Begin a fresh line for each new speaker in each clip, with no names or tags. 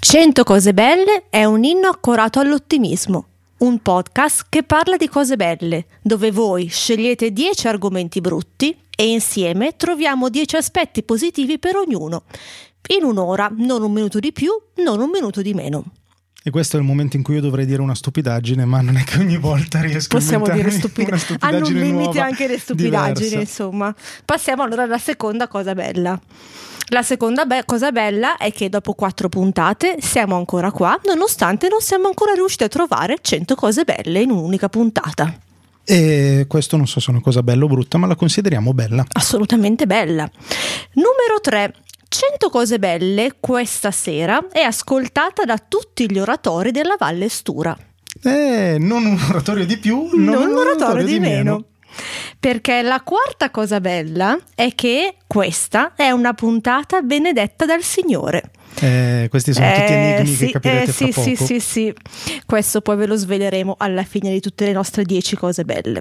Cento cose belle è un inno accorato all'ottimismo, un podcast che parla di cose belle, dove voi scegliete 10 argomenti brutti e insieme troviamo 10 aspetti positivi per ognuno, in un'ora, non un minuto di più, non un minuto di meno.
E questo è il momento in cui io dovrei dire una stupidaggine, ma non è che ogni volta riesco
Possiamo
a
dire
inventarmi
stupida-
una
Hanno un
stupidaggine
limite
nuova,
anche le stupidaggini,
diversa.
insomma. Passiamo allora alla seconda cosa bella. La seconda be- cosa bella è che dopo quattro puntate siamo ancora qua, nonostante non siamo ancora riusciti a trovare 100 cose belle in un'unica puntata.
E questo non so se è una cosa bella o brutta, ma la consideriamo bella.
Assolutamente bella. Numero 3. 100 cose belle questa sera è ascoltata da tutti gli oratori della Valle Stura.
Eh, non un oratorio di più, non,
non
un oratorio di meno.
Perché la quarta cosa bella è che questa è una puntata benedetta dal Signore.
Eh, questi sono tutti
Eh,
enigmi
sì,
che capirete
eh,
fra
sì,
poco.
sì, sì, sì. Questo poi ve lo sveleremo alla fine di tutte le nostre 10 cose belle.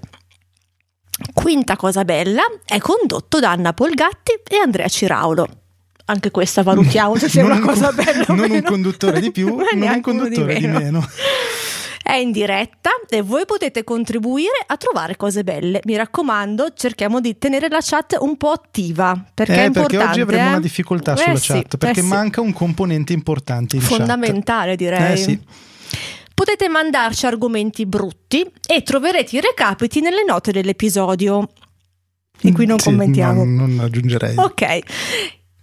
Quinta cosa bella è condotto da Anna Polgatti e Andrea Ciraulo. Anche questa valutiamo se sia
Non
una
un
cosa
con-
bella o
non un
meno.
conduttore di più,
Ma
non un
neanche uno
conduttore di meno.
È in diretta e voi potete contribuire a trovare cose belle. Mi raccomando, cerchiamo di tenere la chat un po' attiva perché è
eh,
importante.
perché oggi avremo
eh?
una difficoltà
Eh
sulla
sì,
chat,
eh
perché
sì
manca un componente importante in chat.
fondamentale direi.
Eh sì.
Potete mandarci argomenti brutti e troverete i recapiti nelle note dell'episodio. Di cui non
Sì,
commentiamo.
Non, non aggiungerei.
Ok.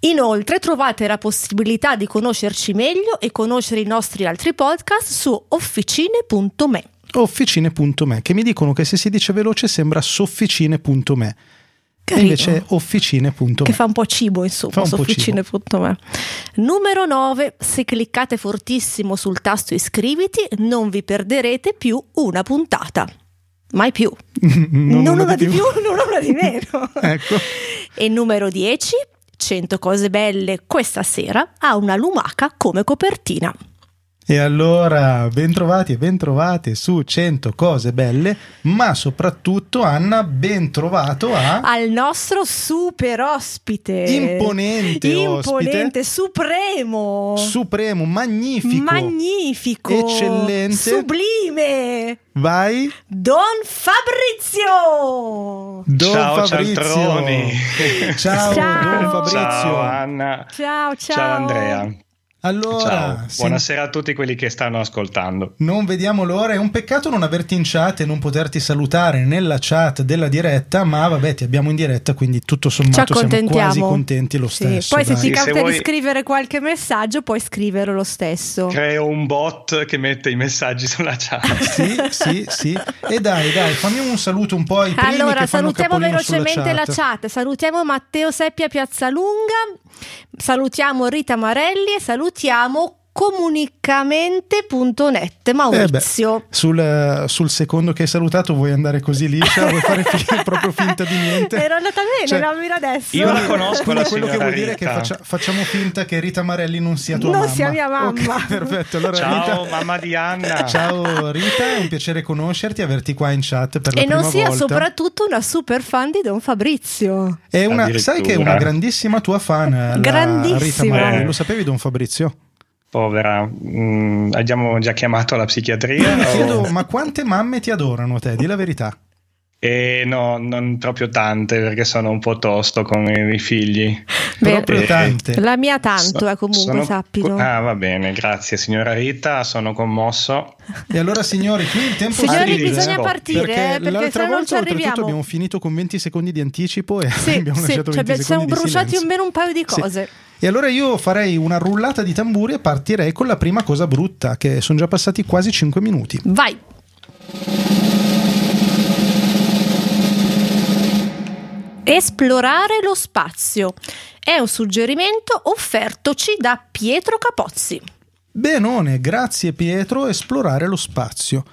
Inoltre trovate la possibilità di conoscerci meglio e conoscere i nostri altri podcast su officine.me.
Officine.me, che mi dicono che se si dice veloce sembra sofficine.me. E
Carino.
invece è officine.me.
Che fa un po' cibo, insomma,
Fa un
su
po' cibo.
officine.me. Numero 9. Se cliccate fortissimo sul tasto iscriviti, non vi perderete più una puntata. Mai più. non,
una
una di più, non una di meno.
Ecco.
E numero 10, 100 cose belle questa sera ha una lumaca come copertina.
E allora, bentrovati e bentrovate su 100 cose belle, ma soprattutto Anna, bentrovato a...
Al nostro super ospite.
Imponente
Imponente,
ospite.
supremo.
Supremo, magnifico.
Magnifico.
Eccellente.
Sublime.
Vai,
Don Fabrizio.
Don
Ciao,
Fabrizio.
cialtroni.
Ciao,
Ciao.
Don Fabrizio.
Ciao Anna.
Ciao, ciao.
Andrea.
Allora,
Ciao.
sen-
Buonasera a tutti quelli che stanno ascoltando.
Non vediamo l'ora, è un peccato non averti in chat e non poterti salutare nella chat della diretta, ma vabbè ti abbiamo in diretta, quindi tutto
Ci
sommato siamo
accontentiamo.
quasi contenti lo
Sì.
stesso.
Poi se
dai.
ci
Sì, se
capita
vuoi-
di scrivere qualche messaggio, puoi scriverlo lo stesso.
Creo un bot che mette i messaggi sulla chat.
Sì, sì, sì. E dai, dai, fammi un saluto un po' ai primi
Allora,
che fanno
salutiamo
capolino sulla
velocemente la
chat.
chat. Salutiamo Matteo Seppia Piazzalunga, salutiamo Rita Marelli e salutiamo
Eh
comunicamente.net Maurizio.
Sul, eh, sul secondo che hai salutato vuoi andare così liscia, vuoi diciamo fare fi- proprio finta di niente.
Era andata bene,
Cioè,
la mira adesso.
Io la conosco
Quindi
la
quello che
signora
vuol dire è che
Rita.
faccia- facciamo finta che Rita Marelli non sia tua
Non
mamma.
sia mia mamma.
Ok, perfetto. Allora,
Ciao
Rita-
mamma di Anna.
Ciao Rita, è un piacere conoscerti, averti qua in chat per la
E
prima
non
volta.
sia soprattutto una super fan di Don Fabrizio.
È una, sai che è una
Addirittura.
grandissima tua fan, la Rita
Grandissima.
Marelli.
Eh.
Lo sapevi, Don Fabrizio?
Povera. Mm, abbiamo già chiamato la psichiatria?
Mi Mm,
o-
chiedo, ma quante mamme ti adorano te? Di la verità.
Eh, no, non proprio tante perché sono un po' tosto con i figli.
Proprio
Eh,
tante.
La mia tanto,
So-
eh, comunque,
sono-
sappilo.
Ah, va bene, grazie signora Rita, sono commosso.
E allora, signori, qui il tempo
Signori,
stringe,
bisogna
eh,
partire, eh, perché se
l'altra
no non ci
volta, oltretutto,
arriviamo.
abbiamo finito con 20 secondi di anticipo e
Sì,
abbiamo
sì,
lasciato 20
ci abbiamo-
secondi
siamo
di
bruciati
silenzio.
almeno un paio di
Sì.
cose.
E allora io farei una rullata di tamburi e partirei con la prima cosa brutta, che sono già passati quasi 5 minuti.
Vai. Esplorare lo spazio è un suggerimento offertoci da Pietro Capozzi.
Benone, grazie Pietro, esplorare lo spazio.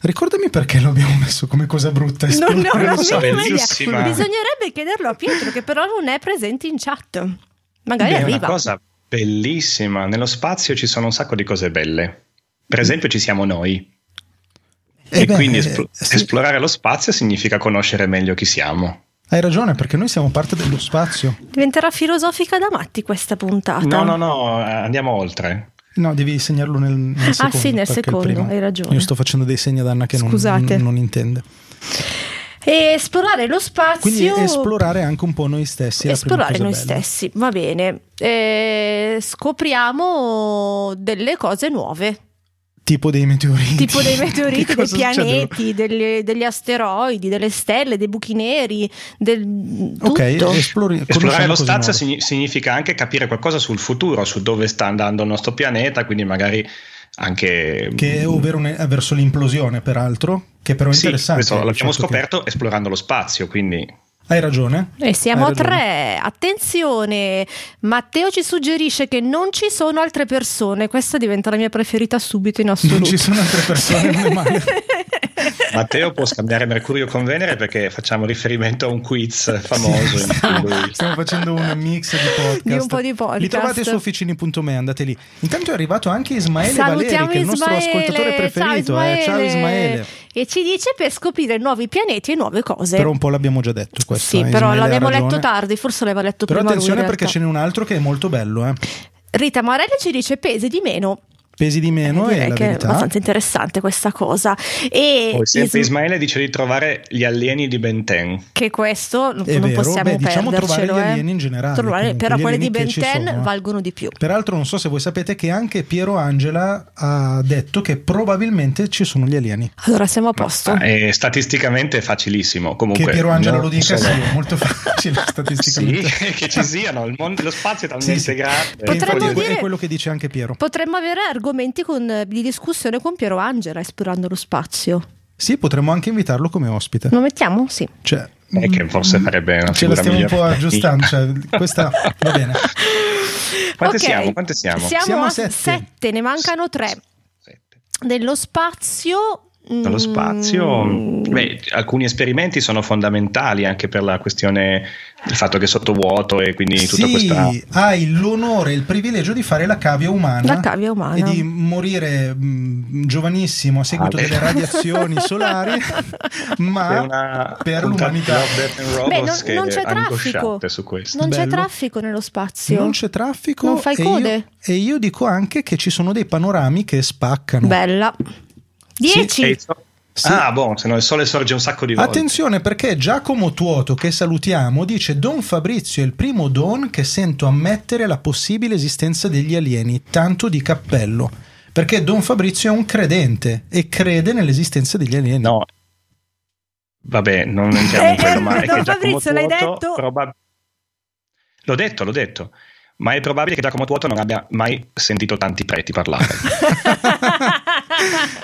Ricordami perché l'abbiamo messo come cosa brutta.
Non ne ho
esplorare
la
lo
so,
minima idea.
bellissima.
Bisognerebbe chiederlo a Pietro, che però non è presente in chat. Magari
È una
arriva.
cosa bellissima, nello spazio ci sono un sacco di cose belle. Per esempio ci siamo noi e,
Eh beh,
quindi
eh,
espl-
sì,
esplorare lo spazio significa conoscere meglio chi siamo.
Hai ragione, perché noi siamo parte dello spazio.
Diventerà filosofica da matti questa
Ah,
puntata.
No, no, no, eh, andiamo oltre.
No, devi segnarlo nel, nel
Ah,
secondo.
sì, nel
perché il
secondo,
primo-
hai ragione.
Io sto facendo dei segni ad Anna che non-
Scusate.
non intende.
E esplorare lo spazio.
Quindi esplorare anche un po' noi stessi. è la prima
oh. esplorare
cosa
noi
bella.
stessi, va bene. Eh, scopriamo delle cose nuove,
Tipo dei meteoriti.
tipo dei meteoriti,
Che
dei
cosa succede?
pianeti, delle- degli asteroidi, delle stelle, dei buchi neri, del tutto.
Ok, esplori-
Esplorare
conosciamo
lo
cose nuove.
spazio signi- significa anche capire qualcosa sul futuro, su dove sta andando il nostro pianeta, quindi magari anche...
Che, ovvero ne- verso l'implosione, peraltro. Che però è
Sì,
interessante.
questo
il
l'abbiamo
fatto che-
scoperto esplorando lo spazio, quindi
Hai ragione.
E siamo
Hai
a
ragione.
tre, attenzione! Matteo ci suggerisce che non ci sono altre persone, questa diventa la mia preferita subito in assoluto.
Non ci sono altre persone, non è male.
Matteo può scambiare Mercurio con Venere perché facciamo riferimento a un quiz famoso.
Sì,
in cui-
Stiamo facendo un mix di podcast.
Di un po' di podcast.
Li trovate su officini.me, andate lì. Intanto è arrivato anche Ismaele Valeri,
Salutiamo
che è il nostro
Ismaele.
ascoltatore preferito.
Ciao,
eh. Ciao Ismaele.
E ci dice per scoprire nuovi pianeti e nuove cose.
Però un po' l'abbiamo già detto questo.
sì,
eh,
però
Ismaele ha
l'abbiamo
ragione.
letto tardi, forse l'aveva letto
Però
prima lui, in
attenzione perché
realtà.
ce n'è un altro che è molto bello, eh.
Rita Morelli ci dice pesi di meno.
Pesi di meno
Eh, direi
è la
che è
verità.
abbastanza interessante questa cosa. E
Poi sempre
Is-
Ismaele dice di trovare gli alieni di Ben 10.
che questo non,
È
non
vero,
possiamo
beh, diciamo trovare
perdercelo.
gli
eh.
alieni in generale,
Trovare-
comunque,
però
gli
quelli di Ben
alieni che ci
10
sono, eh.
valgono di più.
Peraltro non so se voi sapete che anche Piero Angela ha detto che probabilmente ci sono gli alieni.
Allora siamo a posto.
Ah, e statisticamente è facilissimo. Comunque,
che Piero Angela
non
lo dica
solo-
sì, è molto facile
Sì,
statisticamente.
che ci siano. Il mondo, lo spazio è talmente
Sì, sì.
grande.
Che
Potremmo
infatti è que-
dire-
è quello che dice anche Piero.
Potremmo avere argomenti con- eh, di discussione con Piero Angela esplorando lo spazio.
Sì, potremmo anche invitarlo come ospite.
Lo mettiamo? Sì.
Cioè,
Eh, che forse
Mm.
farebbe una
Ce la
figura
stiamo un po'
migliore.
aggiustando. cioè, questa va bene.
Quante
Ok.
siamo? Quante siamo?
Siamo
a
a
sette.
sette.
ne mancano tre.
Sette.
Dello spazio.
Nello
mm,
spazio, beh, alcuni esperimenti sono fondamentali anche per la questione del fatto che è sottovuoto e quindi tutta
sì,
questa
hai l'onore e il privilegio di fare la cavia umana.
La cavia umana.
E di morire mh, giovanissimo a seguito
Ah, beh.
delle radiazioni solari,
È
ma
una
per
puntata di
l'umanità.
Love, Death and
Beh,
Robots
non, non
che
c'è
è
traffico.
angosciante su questo.
Non c'è
Bello.
traffico nello spazio.
Non c'è traffico.
Non fai
e
code.
Io, Ah, e io dico anche che ci sono dei panorami che spaccano.
Bella.
E
10.
il so-
Sì.
Ah, buono, se no il sole sorge un sacco di volte.
Attenzione perché Giacomo Tuoto, che salutiamo, dice Don Fabrizio è il primo don che sento ammettere la possibile esistenza degli alieni, tanto di cappello. Perché Don Fabrizio è un credente e crede nell'esistenza degli alieni.
No. Vabbè, non entriamo in
Eh,
quello
eh,
male.
no,
che Giacomo
Fabrizio, l'hai
Tuoto
detto?
probab- l'ho detto, l'ho detto. Ma è probabile che Giacomo Tuoto non abbia mai sentito tanti preti parlare.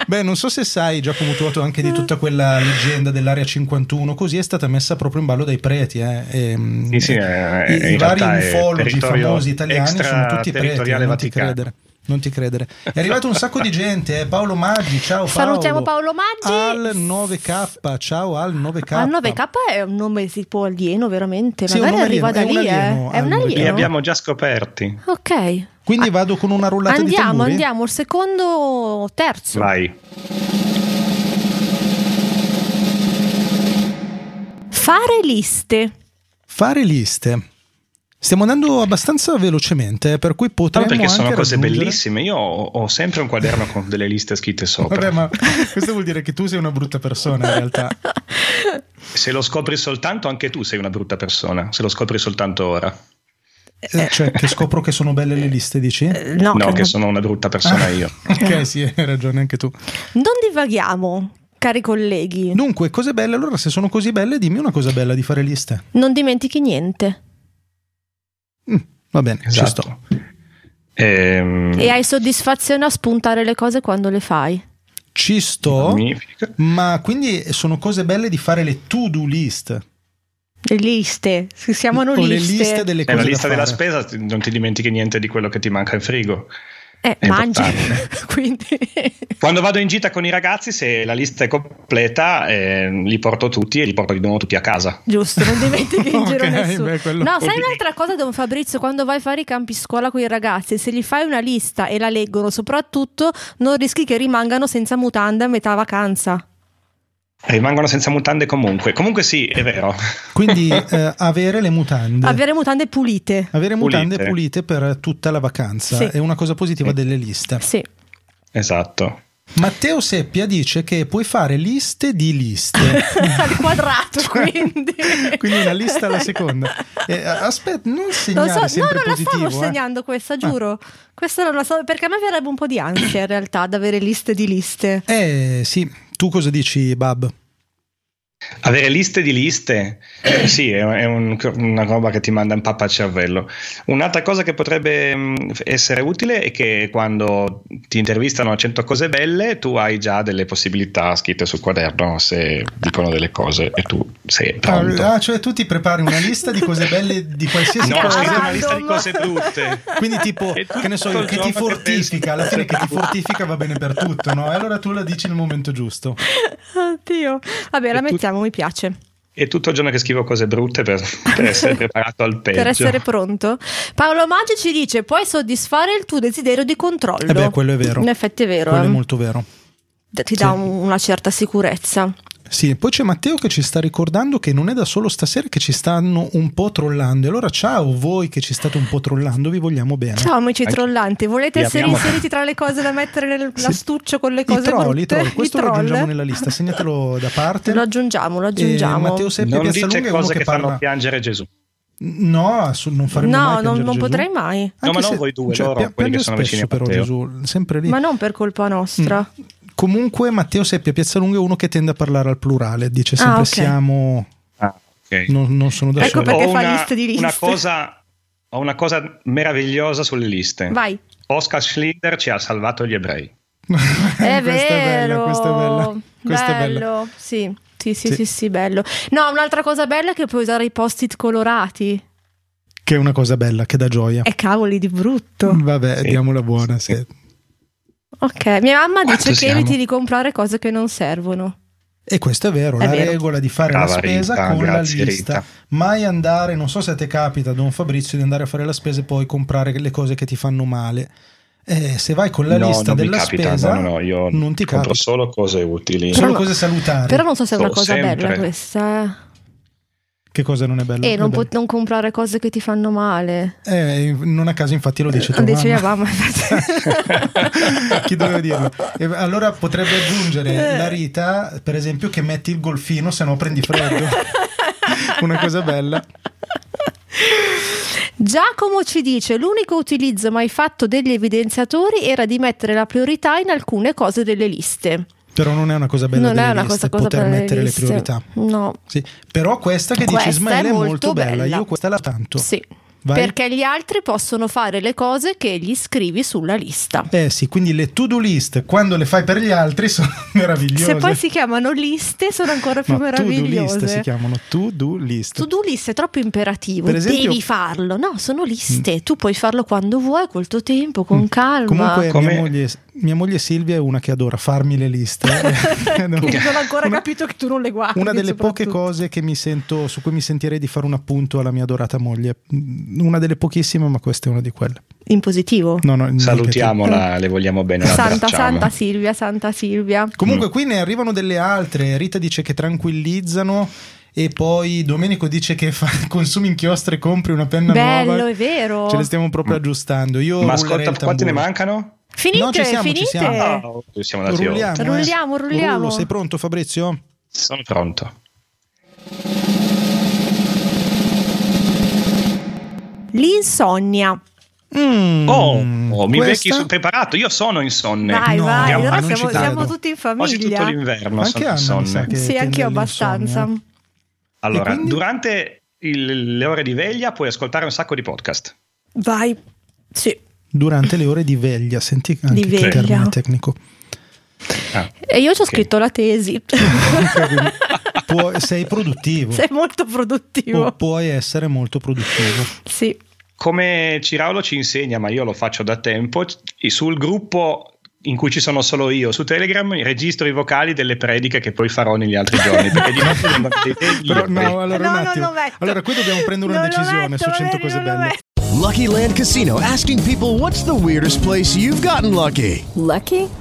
Beh, non so se sai Giacomo Tuoto anche di tutta quella leggenda dell'area 51, così è stata messa proprio in ballo dai preti. eh, e, mm,
Sì, sì,
e-
eh,
i-
in
I vari
realtà è
ufologi
territorio
famosi italiani sono tutti preti,
extraterritoriale
non ti
Vaticano.
credere. Non ti credere. È arrivato un sacco di gente, eh, Paolo Maggi, ciao Paolo.
Salutiamo Paolo Maggi.
Al 9K, ciao Al 9K.
Ma il 9K è un nome tipo alieno, veramente.
Sì, è un
Magari
nome
arriva da
alieno,
lì,
è un
eh.
alieno,
È un
Aldo,
alieno.
Li abbiamo già scoperti.
Ok.
Quindi vado con una rullata di
Andiamo,
tamburi.
andiamo. Il secondo, terzo.
Vai.
Fare liste.
Fare liste. Stiamo andando abbastanza velocemente, eh, per cui
No,
potremmo
perché sono
anche
cose
raggiungere-
bellissime. Io ho, ho sempre un quaderno con delle liste scritte sopra.
Vabbè, ma questo vuol dire che tu sei una brutta persona in realtà.
Se lo scopri soltanto, anche tu sei una brutta persona. Se lo scopri soltanto ora.
Eh.
Cioè, che scopro che sono belle le liste, dici?
No,
no, che
non-
sono una brutta persona io.
ok, sì, hai ragione anche tu.
non divaghiamo, cari colleghi.
Dunque, cose belle. Allora, se sono così belle, dimmi una cosa bella di fare liste.
Non dimentichi niente.
Va bene, ci
Esatto.
sto.
Ehm,
E hai soddisfazione a spuntare le cose quando le fai.
Ci sto.
magnifica.
Ma quindi sono cose belle di fare le to-do list.
Le liste, si chiamano
o le
liste.
liste delle
È
cose
la lista
da
della
fare.
spesa, ti- non ti dimentichi niente di quello che ti manca in frigo.
Eh,
È
mangi.
importante.
Quindi
Quando vado in gita con i ragazzi, se la lista è completa, eh, li porto tutti e li porto di nuovo tutti a casa.
Giusto, non dimentichi in giro
Ok,
nessuno.
beh, quello-
no, sai un'altra cosa, Don Fabrizio, quando vai a fare i campi scuola con i ragazzi, se gli fai una lista e la leggono, soprattutto non rischi che rimangano senza mutanda a metà vacanza.
Rimangono senza mutande comunque. Comunque sì, è vero.
Quindi eh, avere le mutande.
Avere mutande pulite.
Avere mutande
Pulite.
pulite per tutta la vacanza
Sì.
è una cosa positiva
Sì.
delle liste.
Sì.
Esatto.
Matteo Seppia dice che puoi fare liste di liste.
Al quadrato, quindi.
Cioè, Quindi una lista alla seconda. Eh, aspetta, non
Non
segnare
so, no,
sempre
non la
positivo.
stavo
eh. Ah.
segnando questa, giuro. Questa non la so, perché a me verrebbe un po' di ansia in realtà ad avere liste di liste.
Eh sì, tu cosa dici, Bab?
Avere liste di liste, Eh, sì, è, è un- una roba che ti manda in pappa al cervello. Un'altra cosa che potrebbe mh, essere utile è che quando ti intervistano a 100 cose belle, tu hai già delle possibilità scritte sul quaderno se dicono delle cose e tu sei pronto.
Ah, cioè tu ti prepari una lista di cose belle di qualsiasi
No, ho
cosa.
scritto una lista di cose brutte.
Quindi tipo,
E
che ne so,
tutto
io,
il
che ti
giorno che
fortifica,
pensi.
alla fine che ti fortifica va bene per tutto, no? E allora tu la dici nel momento giusto.
Oddio. Vabbè, la
E tu-
mettiamo, mi piace.
È tutto il giorno che scrivo cose brutte per, per essere preparato al peggio.
Per essere pronto. Paolo Maggi ci dice: puoi soddisfare il tuo desiderio di controllo.
Eh beh, quello è vero.
In effetti è vero.
Quello è
eh.
molto vero.
Ti dà un- una certa sicurezza.
Sì, poi c'è Matteo che ci sta ricordando che non è da solo stasera che ci stanno un po' trollando. E allora ciao voi che ci state un po' trollando, vi vogliamo bene.
Ciao amici
Anche-
trollanti, volete
Li
essere
abbiamo-
inseriti tra le cose da mettere
Sì.
nell'astuccio con le
I
cose
troll,
brutte?
i troll, questo
I
lo
troll.
aggiungiamo nella lista, segnatelo da parte.
Lo aggiungiamo, lo
E
aggiungiamo.
Matteo Seppia
non dice
Piazzalunga è uno
cose
che,
che fanno
parla.
piangere Gesù.
No, assu- non faremo mai
No, non-
piangere
non
Gesù.
potrei mai.
No,
Anche
ma non
se-
voi due,
cioè,
loro,
pia-
quelli che
piaggio
sono vicini a
spesso però Gesù, sempre lì.
Ma non per colpa nostra.
Mm. Comunque Matteo Seppia Piazzalunga è uno che tende a parlare al plurale, dice
Ah,
sempre
ok.
siamo,
Ah, ok.
non, non sono da
Ecco
solo.
perché
Ho
fa liste di liste.
Una cosa, ho una cosa meravigliosa sulle liste.
Vai.
Oscar Schlinder ci ha salvato gli ebrei.
È
Questa è bella,
vero.
questa è bella, questa è bella.
bello. Sì. Sì, sì,
Sì.
sì, sì, bello. No, un'altra cosa bella è che puoi usare i post-it colorati.
Che è una cosa bella, che dà gioia.
E cavoli di brutto.
Vabbè,
Sì.
diamola buona. sì.
Ok, mia mamma
Quanto
dice che
siamo?
eviti di comprare cose che non servono.
E questo è vero,
È
la
vero.
regola di fare la
Brava
spesa
Ah, Rita,
con
grazie
la lista.
Rita.
Mai andare, non so se a te capita, Don Fabrizio, di andare a fare la spesa e poi comprare le cose che ti fanno male. Eh, se vai con la
no,
lista
non
della
mi capita,
spesa,
no, no, no, io
non ti
compro
capita.
solo cose utili.
Sono
Però-
cose salutari.
Però non so se è una
Oh,
cosa
sempre.
bella questa.
Che cosa non è bella?
eh. E non,
Vabbè.
pot- non comprare cose che ti fanno male.
Eh, non a caso, infatti, lo dice tua
Non dice mia
mamma.
mamma. infatti.
Chi doveva dirlo? E allora potrebbe aggiungere la Rita, per esempio, che metti il golfino, se no prendi freddo. Una cosa bella.
Giacomo ci dice: l'unico utilizzo mai fatto degli evidenziatori era di mettere la priorità in alcune cose delle liste.
Però non è una cosa bella
non
delle
è una
liste,
cosa cosa
poter
per
mettere le
liste.
priorità.
No.
Sì. Però questa che
Questa
dice Ismaele
è
è molto,
molto
bella.
bella.
io questa la tanto.
Sì.
Vai.
Perché gli altri possono fare le cose che gli scrivi sulla lista.
Eh sì, quindi le to-do list quando le fai per gli altri sono meravigliose.
Se poi si chiamano liste, sono ancora più
No, To-do
meravigliose.
list si chiamano to-do list.
To do list è troppo imperativo,
Per esempio- Mm.
devi farlo. No, sono liste. Tu puoi farlo quando vuoi, col tuo tempo, con calma.
Comunque
Come-
mia moglie, mia moglie Silvia è una che adora farmi le liste.
Quindi non ho ancora
Una-
capito che tu non le guardi.
Una delle poche
soprattutto.
cose che mi sento, su cui mi sentirei di fare un appunto alla mia adorata moglie. Mm, Una delle pochissime, ma questa è una di quelle.
In positivo.
No, no, in
Salutiamola, le vogliamo bene. la
Santa,
abbracciamo.
Santa Silvia, Santa Silvia.
Mm.
Comunque qui ne arrivano delle altre. Rita dice che tranquillizzano e poi Domenico dice che fa, consumi inchiostro e compri una penna
Bello,
nuova.
è vero.
Ce le stiamo proprio aggiustando. Io
Mm. Ma
rullerei
ascolta,
il
quante ne
tamburo.
mancano?
Finite,
No, ci siamo, ci
finite.
siamo.
No, siamo andati
Rulliamo,
oltre.
eh.
Rulliamo, rulliamo.
Rullo, sei pronto Fabrizio?
Sono pronto.
L'insonnia.
Mm,
Oh, oh, mi
questa-
becchi sono preparato. Io sono insonne.
Vai,
No,
vai,
andiamo-
allora
non ci
siamo,
credo.
siamo tutti in
Oggi tutto
famiglia.
l'inverno
Anche
sono
Anna mi sa
insonne.
che-
Sì, anch'io
tende all'insonnia.
abbastanza.
Allora,
E quindi?
durante il- le ore di veglia puoi ascoltare un sacco di podcast.
Vai. Sì.
Durante le ore di veglia, senti anche
Di
che
veglia.
termine tecnico.
Ah,
E io ci ho
Ok.
scritto la tesi.
Puoi- sei produttivo. Oh.
Sei molto produttivo.
Pu- puoi essere molto produttivo.
Sì.
Come Ciraulo ci insegna, ma io lo faccio da tempo, c- sul gruppo in cui ci sono solo io su Telegram registro i vocali delle prediche che poi farò negli altri giorni perché di notte vengono dei dei
Però, no,
libri.
allora,
No,
un
non lo
attimo.
metto.
allora, qui dobbiamo prendere una
Non lo
decisione
metto,
su 100
Valerio,
cose
non lo
belle.
metto.
Lucky Land Casino asking people what's the weirdest place you've gotten lucky?
Lucky?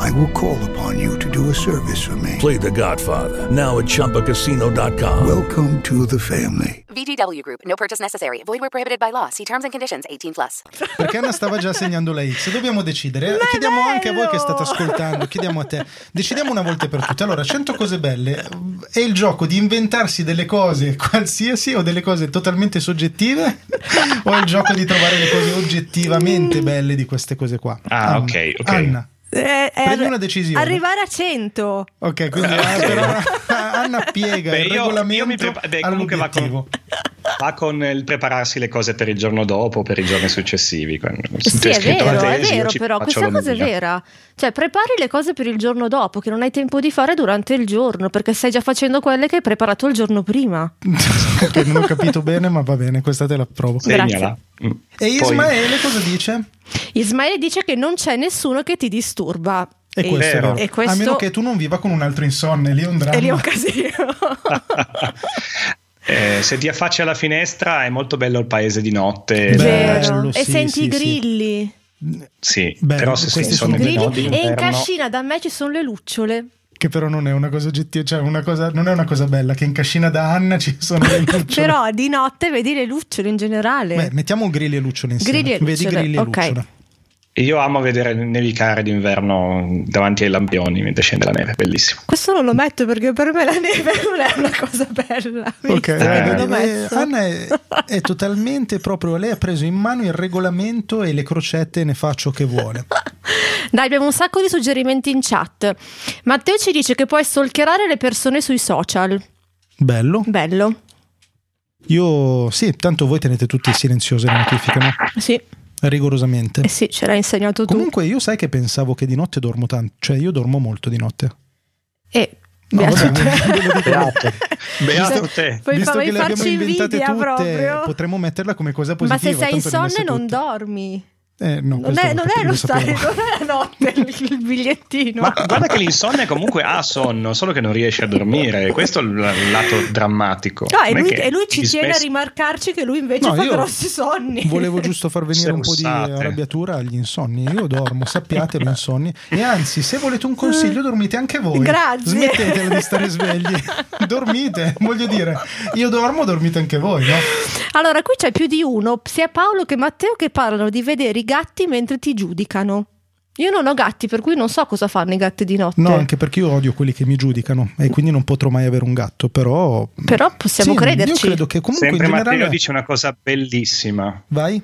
I will call upon you to do a service for me. Play The Godfather now at ChumbaCasino.com. Welcome to the family.
VGW Group. No purchase necessary. Void where prohibited by law. See terms and conditions. 18 plus.
Perché Anna stava già segnando la X. Dobbiamo decidere.
Ma è
chiediamo anche a voi
bello!
che state ascoltando, chiediamo a te. Decidiamo una volta per tutte. Allora, 100 cose belle è il gioco di inventarsi delle cose qualsiasi o delle cose totalmente soggettive o il gioco di trovare le cose oggettivamente belle di queste cose qua.
Ah,
Anna,
ok, ok.
Anna.
Eh, eh,
Prendi
arri-
una decisione.
Arrivare a 100.
Ok, quindi ah, però Anna piega
Beh,
il
io-
regolamento
io mi prepa- beh, comunque va con-
all'obiettivo.
Va con il prepararsi le cose per il giorno dopo, per i giorni successivi. Quando- se
Sì,
ti ho
è
Cioè, scritto la
vero, è
tesi, io
vero,
ci
però
faccio
questa
la
cosa è
mia.
vera. Cioè, prepari le cose per il giorno dopo, che non hai tempo di fare durante il giorno, perché stai già facendo quelle che hai preparato il giorno prima.
Ok, non ho capito bene, ma va bene, questa te la provo.
Segnala. Mm.
E
Poi-
Ismaele cosa dice?
Ismaele dice che non c'è nessuno che ti disturba.
E questo è
vero.
vero.
e questo-
A meno che tu non viva con un altro insonne, lì è un dramma.
E lì è un casino.
Eh, se ti affacci alla finestra è molto bello il paese di notte.
Bello,
Vero.
sì,
e senti
sì,
i grilli.
Sì,
Bello,
però se
questi
sono,
sono
sono
dei
dei
no,
Grilli. e in cascina da me ci sono le lucciole.
Che però non è una cosa oggettiva, cioè una cosa, non è una cosa bella, che in cascina da Anna ci sono le lucciole.
Però di notte vedi le lucciole in generale.
Beh, mettiamo grilli e lucciole insieme.
Grilli e
Vedi
lucciole,
grilli e
ok.
lucciole.
Io amo vedere nevicare d'inverno davanti ai lampioni mentre scende la neve, bellissimo.
Questo non lo metto perché per me la neve non è una cosa bella.
Ok,
Vista,
dai,
non
dai,
l'ho
dai.
messo.
Eh, Anna è, è totalmente proprio, lei ha preso in mano il regolamento e le crocette e ne fa ciò che vuole.
Dai, abbiamo un sacco di suggerimenti in chat. Matteo ci dice che puoi stalkerare le persone sui social.
Bello.
Bello.
Io sì, tanto voi tenete tutti silenziose le notifiche, no?
Sì, eh
Rigorosamente.
sì, ce l'hai insegnato tu.
Comunque io sai che pensavo che di notte dormo tanto, cioè io dormo molto di notte.
e
No,
Beato
vabbè,
te.
ve lo dico.
Beato
Visto-
te.
Poi
Visto
fa-
che le abbiamo
faccio
inventate
invidia
tutte,
proprio.
potremmo metterla come cosa
Ma
positiva.
se sei
tanto le abbiamo
insonne non
messe tutte.
dormi.
Eh,
Non
no, questo
è,
lo
non
capi-
è lo stare,
sapevo.
non è la notte il, il bigliettino.
Ma guarda che l'insonne comunque ha sonno, solo che non riesce a dormire. Questo è il il lato drammatico.
No, e Cioè,
Non è
lui,
che
e lui ci
ti
tiene a
spesso-
rimarcarci che lui invece
No,
fa
io
grossi sonni.
Volevo giusto far venire un po' di
Sensate.
arrabbiatura agli insonni. Io dormo, sappiate, gli insonni. E anzi, se volete un consiglio, dormite anche voi.
Grazie.
Smettetela di stare svegli. dormite, voglio dire. Io dormo, dormite anche voi, no?
Allora, qui c'è più di uno, sia Paolo che Matteo, che parlano di vedere i gatti mentre ti giudicano. Io non ho gatti, per cui non so cosa fanno i gatti di notte.
No, anche perché io odio quelli che mi giudicano e quindi non potrò mai avere un gatto, però...
Però possiamo
Sì,
crederci.
Io credo che comunque
Sempre
in
Matteo
generale...
dice una cosa bellissima.
Vai?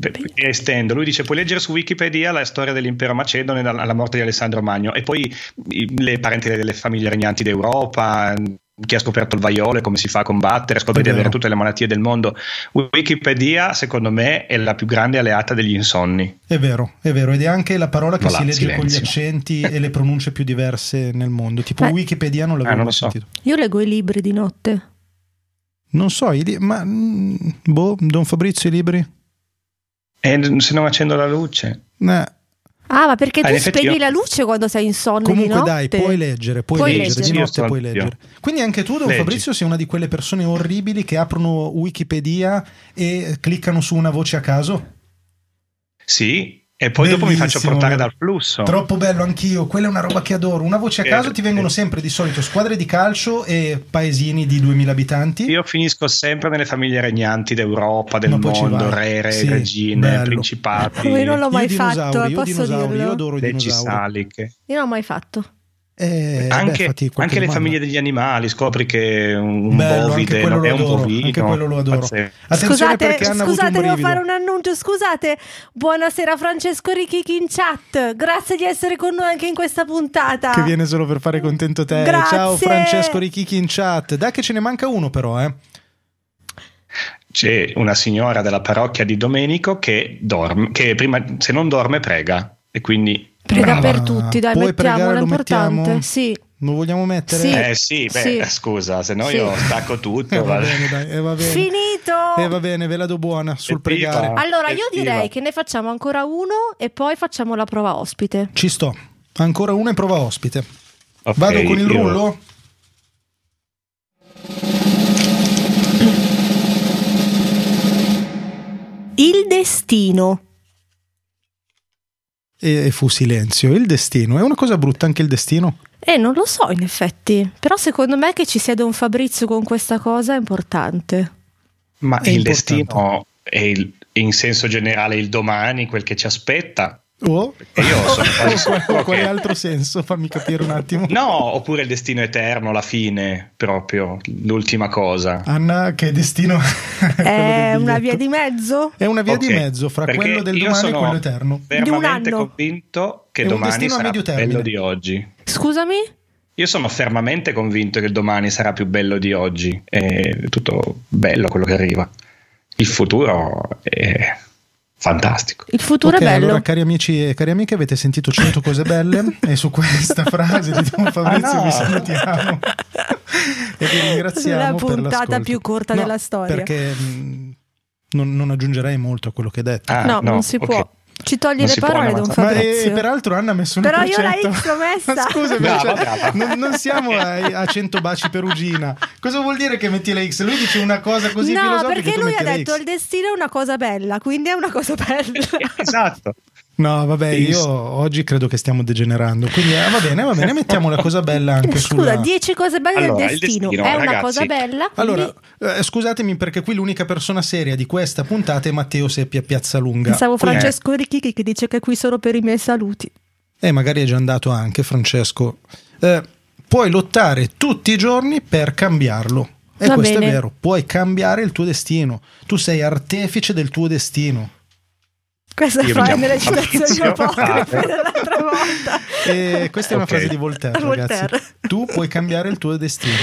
Pe- che estendo. Lui dice: Puoi leggere su Wikipedia la storia dell'impero macedone dalla alla morte di Alessandro Magno e poi i- le parenti delle famiglie regnanti d'Europa. Chi ha scoperto il vaiolo e come si fa a combattere, scopri
È
di
vero.
avere tutte le malattie del mondo. Wikipedia, secondo me, è la più grande alleata degli insonni.
È vero, è vero, ed è anche la parola che
Voilà,
si legge con gli
silenzio.
accenti e le pronunce più diverse nel mondo, tipo
Beh.
Wikipedia non l'avevo
Ah, non lo
mai
so.
sentito.
Io leggo i libri di notte.
Non so, i li- ma mm, boh, Don Fabrizio i libri?
E se non accendo la luce.
Eh,
Ah, ma perché
Ah,
tu
in effetti
spegni
io-
la luce quando sei in sonno di
Comunque
notte?
dai, puoi leggere, puoi,
Puoi
leggere,
leggere.
di
Io
notte
sto
puoi
anch'io.
leggere. Quindi anche tu, Don
Leggi.
Fabrizio, sei una di quelle persone orribili che aprono Wikipedia e cliccano su una voce a caso?
Sì, e poi dopo mi faccio
Bellissimo.
portare dal flusso.
Troppo bello anch'io, quella è una roba che adoro. Una voce a
Eh,
caso ti vengono
eh.
sempre di solito squadre di calcio e paesini di 2000 abitanti.
Io finisco sempre nelle famiglie regnanti d'Europa, del
Ma poi ci
mondo,
vai.
re, re,
Sì,
regine,
bello.
principati,
Io non l'ho
Io
mai
dinosauri,
fatto,
io
posso
dinosauri,
dirlo.
io adoro i
le
dinosauri.
cisaliche.
Io non l'ho mai fatto.
Eh, beh,
anche
fatti qualche
anche le
domanda.
famiglie degli animali, scopri che un
Bello, anche
bovide
quello
non è
lo
un
adoro,
bovino.
anche quello lo adoro.
Pazzesco.
Attenzione
Scusate,
perché hanno avuto un
scusate, devo
brivido.
fare un annuncio. Scusate, buonasera Francesco Ricchichi in chat. Grazie di essere con noi anche in questa puntata.
Che viene solo per fare contento te.
Grazie.
Ciao Francesco Richichi in chat. Dai che ce ne manca uno però, eh.
C'è una signora della parrocchia di Domenico che dorme, che prima, se non dorme, prega. E quindi.
Prega
Brava.
per tutti, dai,
Ah, Puoi
mettiamolo,
pregare,
è
lo
importante.
mettiamo?
Sì.
Lo vogliamo mettere?
Sì.
Eh sì, beh,
Sì.
scusa, se no
Sì.
io stacco
Eh,
tutto.
va
vado-
bene, dai, eh, va bene.
Finito!
Eh, va bene, ve la do buona sul
Eh,
pregare.
viva.
Allora, io
Effettiva.
direi che ne facciamo ancora uno e poi facciamo la prova ospite.
Ci sto. Ancora una e prova ospite.
Ok,
Vado con il
io-
rullo?
Il destino.
E, e fu silenzio. Il destino. È una cosa brutta anche il destino?
Eh, non lo so in effetti, però secondo me che ci sia Don Fabrizio con questa cosa è importante.
Ma
È
il
importante.
destino è il- in senso generale il domani, quel che ci aspetta.
O
E io sono quasi sicuro
o quale
che-
altro senso? Fammi capire un attimo.
No, oppure il destino eterno, la fine, proprio l'ultima cosa.
Anna, che destino è
Eh,
quello
È
del
una
biglietto?
via di mezzo?
È una via
Ok,
di mezzo fra
perché
quello del
io
domani e
sono
quello eterno.
Fermamente
Di un anno.
convinto che
È un
domani
destino a
sarà
medio
più
termine.
bello di oggi.
Scusami?
Io sono fermamente convinto che domani sarà più bello di oggi. È tutto bello quello che arriva. Il futuro è fantastico.
Il futuro
Ok,
è bello.
Allora, cari amici e cari amiche, avete sentito 100 cose belle e su questa frase di Don Fabrizio
Ah, no.
vi salutiamo e vi ringraziamo
La
per
puntata
l'ascolto.
più corta
No,
della storia.
Perché mh, non, non aggiungerei molto a quello che hai detto.
Ah,
no, non si
ok.
può. Ci toglie
Non
le
si può,
parole
no,
Don
ma-
Ma eh,
Fabrizio.
peraltro Anna ha messo un
Però io la
accento.
X l'ho messa.
Scusa,
Brava,
cioè,
brava.
Non, non siamo a, a 100 baci perugina. Cosa vuol dire che metti la X? Lui dice una cosa così
no,
filosofica
perché
e tu
lui ha
metti la
detto
X.
il destino è una cosa bella, quindi è una cosa bella.
Esatto.
No, vabbè, io oggi credo che stiamo degenerando. Quindi eh, va bene, va bene, mettiamo la cosa bella anche
Scusa,
sulla...
10 cose belle
Allora,
del
il
destino.
destino,
è una
ragazzi.
cosa bella. quindi-
Allora, eh, scusatemi perché qui l'unica persona seria di questa puntata è Matteo Seppia Piazzalunga.
pensavo
Quindi-
Francesco Ricchichi che dice che è qui solo per i miei saluti.
Eh, magari è già andato anche Francesco. Eh, puoi lottare tutti i giorni per cambiarlo. E
Va
questo
bene.
è vero, puoi cambiare il tuo destino. Tu sei artefice del tuo destino.
Questa
Io
è fra
mi chiamo
nelle
Fabrizio.
citazioni apocrife dell'altra volta.
E questa è una
Ok.
frase di Voltaire,
Voltaire.
ragazzi. Tu puoi cambiare il tuo destino.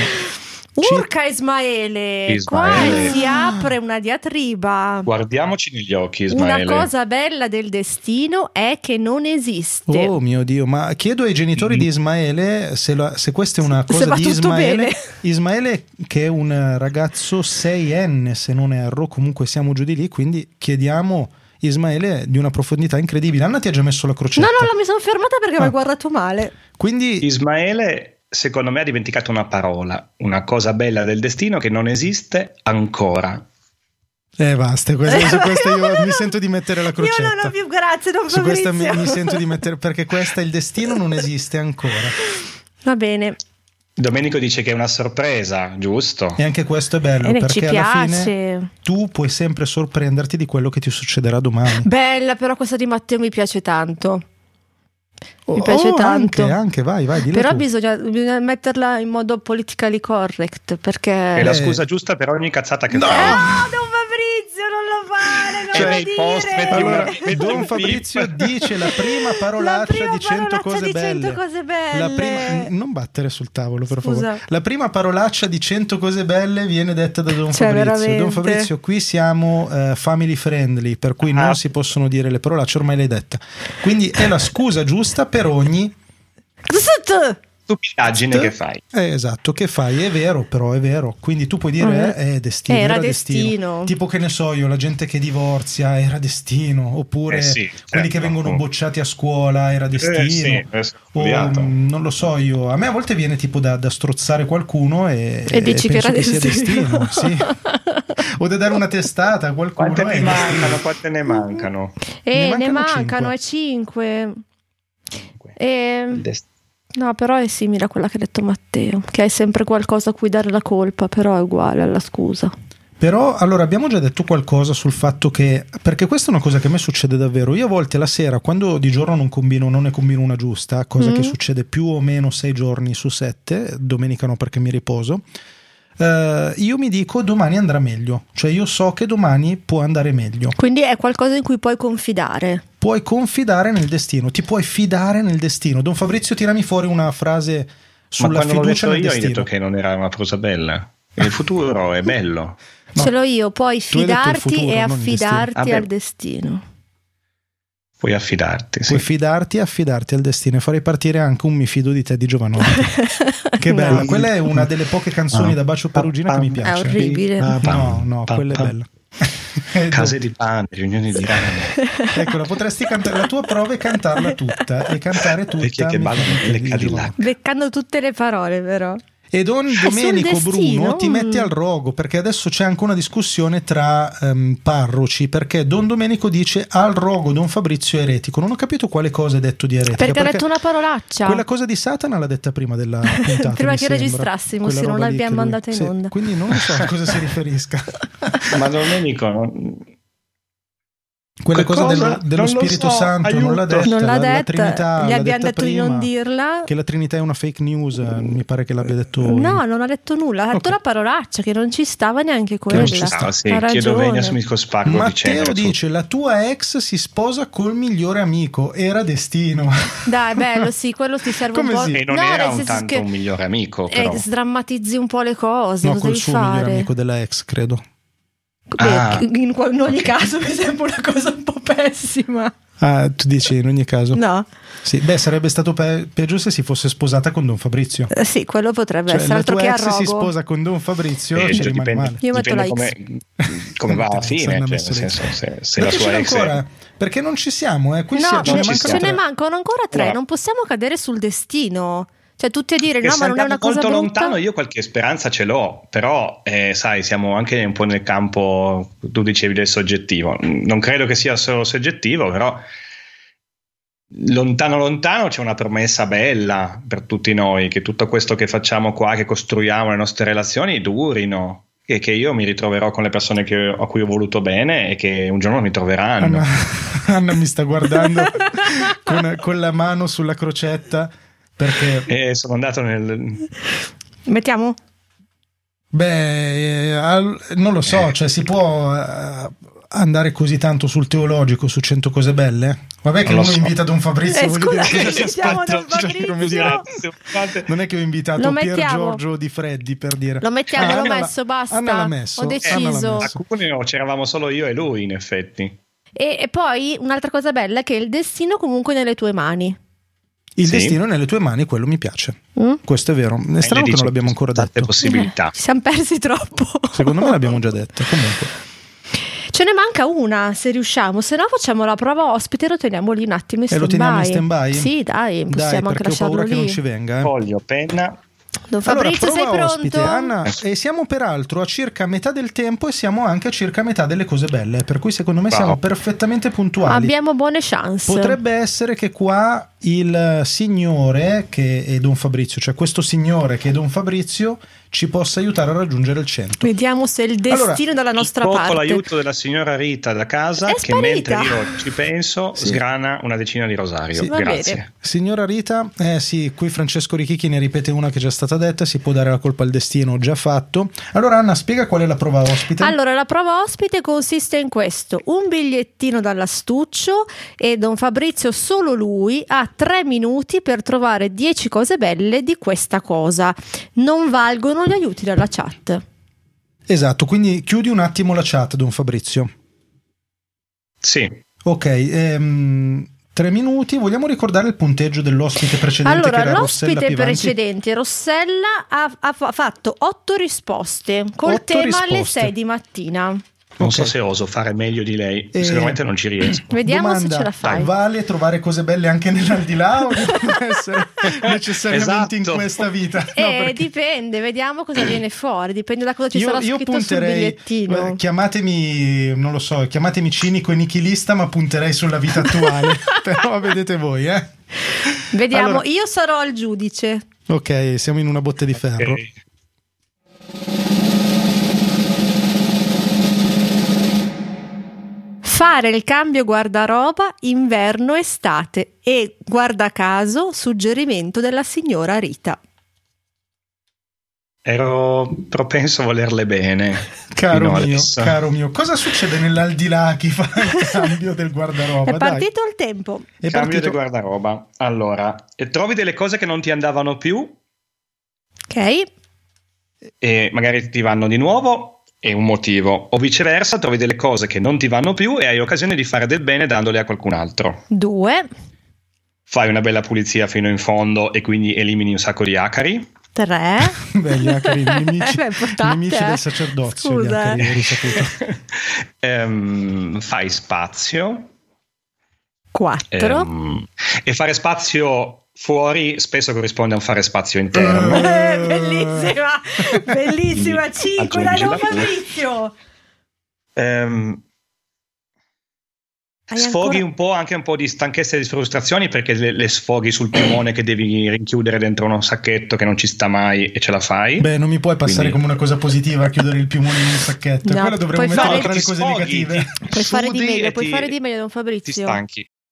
Urca Ismaele,
Ismaele.
qua si apre una diatriba.
Guardiamoci negli occhi, Ismaele.
Una cosa bella del destino è che non esiste.
Oh mio Dio, ma chiedo ai genitori di Ismaele se, la- se questa è una
Mm. Se
cosa
va
di
tutto
Ismaele.
bene.
Ismaele che è un ragazzo 6enne se non erro, comunque siamo giù di lì, quindi chiediamo Ismaele di una profondità incredibile. Anna ti ha già messo la
No,
crocetta.
no, no, mi sono fermata perché mi
certo. Ah.
ha guardato male.
Quindi
Ismaele, secondo me, ha dimenticato una parola, una cosa bella del destino che non esiste ancora.
eh basta, questa, su questa
No, no,
io
no.
mi sento di mettere la crocetta.
Io non ho più grazie, non
Su questa mi, mi sento di mettere perché questa il destino non esiste ancora.
Va bene,
Domenico dice che è una sorpresa, giusto?
E anche questo è bello
Bene, Eh, ci
perché alla fine
piace.
tu puoi sempre sorprenderti di quello che ti succederà domani.
bella però questa di Matteo mi piace tanto. Mi
Oh,
piace
oh,
tanto.
Anche, anche, vai, vai, dillo
però
tu.
bisogna, bisogna metterla in modo politically correct perché...
È
Eh.
la scusa giusta per ogni cazzata che
No!
fa.
No, Don Fabrizio, non lo fare, non
C'è
lo
nei
dire.
post, metti una-
Allora,
metti un
Don
beep.
Fabrizio dice la prima parolaccia
La prima
di 100
parolaccia
cose
di
belle.
100 cose belle.
La prima- non battere sul tavolo, per
Scusa.
favore. La prima parolaccia di 100 cose belle viene detta da Don
Cioè,
Fabrizio.
veramente.
Don Fabrizio, qui siamo eh, family friendly, per cui
Ah.
non si possono dire le parolacce, ormai l'hai detta. Quindi è la scusa giusta per ogni
Zzt!
stupidaggine che fai.
Eh, esatto, che fai? È vero, però è vero. Quindi tu puoi dire
Mm.
eh, è destino.
Era
Era, destino.
destino.
Tipo che ne so io, la gente che divorzia era destino, oppure
Eh sì,
quelli che
certo.
vengono bocciati a scuola era destino.
Eh sì, è
O,
studiato.
mm, non lo so io, a me a volte viene tipo da, da strozzare qualcuno e,
E dici che
penso
era
sia
destino.
destino, sì. o da dare una testata a qualcuno.
Quante
eh,
ne mancano? Quante ne mancano?
E Eh, ne,
Ne mancano
mancano a 5. E... No, però è simile a quella che ha detto Matteo, che hai sempre qualcosa a cui dare la colpa, però è uguale alla scusa.
Però allora abbiamo già detto qualcosa sul fatto che perché questa è una cosa che a me succede davvero. Io a volte la sera, quando di giorno non combino, non ne combino una giusta, cosa
Mm.
che succede più o meno sei giorni su sette, domenica no perché mi riposo. eh, io mi dico domani andrà meglio, cioè io so che domani può andare meglio.
Quindi è qualcosa in cui puoi confidare.
Puoi confidare nel destino, ti puoi fidare nel destino. Don Fabrizio, tirami fuori una frase
Ma
sulla
quando l'ho
fiducia
detto
nel
io hai
destino.
detto che non era una cosa bella. Il futuro è bello.
No.
Ce l'ho io, puoi
Tu hai detto il
fidarti
futuro,
e
non il destino.
affidarti
Vabbè.
al destino.
Puoi affidarti. Sì.
Puoi fidarti e affidarti al destino e farei partire anche un Mi fido di te di Giovanotti. che
No.
bella, quella è una delle poche canzoni
Ah.
da Bacio Perugina che mi piace.
È orribile.
Ah,
No, no,
pam,
quella è
pam.
bella. Eh,
Case di pane, riunioni di rame.
Eccola, potresti cantare la tua prova e cantarla tutta e cantare tutta.
Vecchie che
Mi
ballano
fido
nelle
di
Cadillac. Ah,
Giovanotti.
Beccando tutte le parole, però.
E Don
sul
Domenico
destino,
Bruno ti
mm.
mette al rogo perché adesso c'è anche una discussione tra ehm, parroci perché Don Domenico dice al rogo Don Fabrizio è eretico. Non ho capito quale cosa è detto di eretico.
Perché ha detto una parolaccia.
Quella cosa di Satana l'ha detta prima della puntata.
Prima
mi
che
sembra.
registrassimo,
Quella
sì, non
roba lì
l'abbiamo
che lui-
mandata in
sì,
onda.
Quindi non lo so a cosa si riferisca.
Ma Domenico, non-
Quella
Che
cosa,
cosa?
dello, dello
Non lo
Spirito
so,
Santo non l'ha
aiuto.
detta.
non l'ha
la- la
detta,
Trinità
gli
l'ha
abbiamo
detta
detto di
prima,
non dirla.
Che la Trinità è una fake news, eh, mi pare che l'abbia detto.
No, non ha detto nulla, ha detto
Ok.
una parolaccia che non ci stava neanche quella.
non ci
Ah, sì,
Ha
chiedo
ragione.
venia su Mirko Spargo di
Matteo
cenere, su-
dice la tua ex si sposa col migliore amico, era destino.
Dai, bello, sì, quello ti serve
Come
un po'.
sì?
E non
No,
era
nel
un
senso
tanto
che-
un migliore amico,
Eh,
però.
sdrammatizzi un po' le cose,
no,
cosa
col
devi
suo
fare?
migliore amico della ex, credo.
Beh,
Ah.
in, qual- in ogni caso mi sembra una cosa un po' pessima.
Ah, tu dici in ogni caso.
No,
Sì, beh, sarebbe stato pe- peggio se si fosse sposata con Don Fabrizio.
Eh, sì, quello potrebbe
Cioè,
essere
la
altro
tua
che a
ex si
rogo.
sposa con Don Fabrizio,
Eh,
ci
cioè,
rimane
dipende,
male.
Io metto
dipende
la X.
come, come va alla fine, cioè, nel senso, se, se la
Perché ce
sua
n'è
ex
ancora?
è-
Perché non ci siamo, eh? Qui
No,
siamo,
ce,
non
ne,
ci
manca-
siamo.
ce ne mancano ancora tre,
Guarda.
non possiamo cadere sul destino. Cioè, tutti a dire
Perché
no, ma
se
non è una
andiamo
cosa
molto
brutta.
lontano io qualche speranza ce l'ho, però eh, sai, siamo anche un po' nel campo, tu dicevi del soggettivo, non credo che sia solo soggettivo, però lontano lontano c'è una promessa bella per tutti noi, che tutto questo che facciamo qua, che costruiamo le nostre relazioni durino. E che io mi ritroverò con le persone che- a cui ho voluto bene e che un giorno mi troveranno.
Anna, Anna mi sta guardando con, con la mano sulla crocetta perché,
E sono andato nel.
Mettiamo?
beh, eh, al- non lo so, cioè si può eh, andare così tanto sul teologico, su 100 cose belle? Vabbè che
Non lo
uno
so.
invita Don Fabrizio,
Eh, scusa,
voglio dire, cosa si
invitiamo
aspetta?
Don Fabrizio?
come dire, non è che ho
Lo
invitato Pier
mettiamo.
Giorgio di Freddi per dire...
Lo mettiamo,
Ah,
l'ho
Anna l'ha-
messo, basta.
Anna l'ha messo,
Ho
Anna l'ha
deciso.
A
messo.
Cuneo c'eravamo solo io e lui, in effetti.
E, e poi un'altra cosa bella è che il destino comunque è nelle tue mani.
Il
Sì.
destino è nelle tue mani, quello mi piace.
Mm?
Questo è vero. È strano
Quindi
che
dice,
non l'abbiamo ancora
tante
detto.
possibilità.
Ci siamo persi troppo.
Secondo me l'abbiamo già detto. Comunque,
Ce ne manca una, se riusciamo. Se no facciamo la prova ospite e lo teniamo lì un attimo in
e Eh, lo
stand-by.
teniamo in stand-by?
Sì, dai,
Dai,
possiamo anche
perché ho
lasciarlo
paura
lì.
che non ci venga. eh.
Foglio, penna.
Don
Allora,
Fabrizio,
prova
sei pronto?
ospite. Anna, e siamo peraltro a circa metà del tempo e siamo anche a circa metà delle cose belle, per cui secondo me
Wow.
siamo perfettamente puntuali.
Abbiamo buone chance.
Potrebbe essere che qua il signore che è Don Fabrizio, cioè questo signore che è Don Fabrizio, ci possa aiutare a raggiungere il 100.
Vediamo se il destino
Allora,
è dalla nostra
Poco
parte.
l'aiuto della signora Rita da casa
È
che mentre
sparita.
io ci penso
Sì.
sgrana una decina di rosario.
Sì.
Va
Grazie.
bene.
Signora Rita, eh sì, qui Francesco Richichi ne ripete una che è già stata detta, si può dare la colpa al destino, già fatto. Allora Anna, spiega qual è la prova ospite.
Allora, la prova ospite consiste in questo: un bigliettino dall'astuccio e Don Fabrizio, solo lui, ha tre minuti per trovare 10 cose belle di questa cosa. Non valgono gli aiuti dalla chat.
Esatto, quindi chiudi un attimo la chat, Don Fabrizio.
Sì.
Ok, ehm, tre minuti. Vogliamo ricordare il punteggio dell'ospite precedente? che
Allora,
era Rossella
l'ospite
Pivanti?
precedente, Rossella, ha, ha fa- fatto otto risposte col
Otto
tema alle
risposte.
6 di mattina.
Non so se oso fare meglio di lei,
Eh,
sicuramente non ci riesco.
Vediamo se
Domanda,
ce la fai.
Vale trovare cose belle anche nell'aldilà o deve essere necessariamente in
Esatto.
questa vita? Esatto. No,
Eh,
perché-
dipende, vediamo cosa viene fuori, dipende da cosa ci
io,
sarà
io
scritto sul
punterei,
bigliettino.
eh, chiamatemi, non lo so, chiamatemi cinico e nichilista, ma punterei sulla vita attuale. Però vedete voi, eh.
Vediamo,
allora-
io sarò il giudice.
Ok, siamo in una botte di ferro.
Ok.
Fare il cambio guardaroba inverno-estate e, guarda caso, suggerimento della signora Rita.
Ero propenso a volerle bene.
Caro
fino
mio,
adesso.
caro mio, cosa succede nell'aldilà a chi fa il cambio del guardaroba?
È
Dai.
partito il tempo.
È
Cambio
partito-
di guardaroba. Allora, e trovi delle cose che non ti andavano più
Ok,
e magari ti vanno di nuovo, è un motivo. O viceversa, trovi delle cose che non ti vanno più e hai occasione di fare del bene dandole a qualcun altro.
due,
Fai una bella pulizia fino in fondo e quindi elimini un sacco di acari.
tre.
Beh, gli acari, nemici,
Beh, portate,
nemici
eh.
del sacerdozio, gli
Scusa,
acari,
eh.
ho risaputo.
Ehm, fai spazio.
Quattro.
Ehm, e fare spazio fuori spesso corrisponde a un fare spazio interno.
Eh, bellissima, bellissima.
Quindi,
5, dai,
aggiungila
non
pure.
Fabrizio.
Ehm,
Hai
sfoghi
ancora-
un po' anche un po' di stanchezza e di frustrazioni perché le, le sfoghi sul piumone che devi rinchiudere dentro uno sacchetto che non ci sta mai e ce la fai.
Beh, non mi puoi passare
Quindi-
come una cosa positiva a chiudere il piumone in un sacchetto.
No,
Quella dovremmo
puoi
metterla
fare-
tra le
ti
cose
sfoghi,
negative.
ti
Puoi fare di
sudi
meglio,
e
puoi
ti-
fare di meglio, Don
Ti
Fabrizio.
stanchi.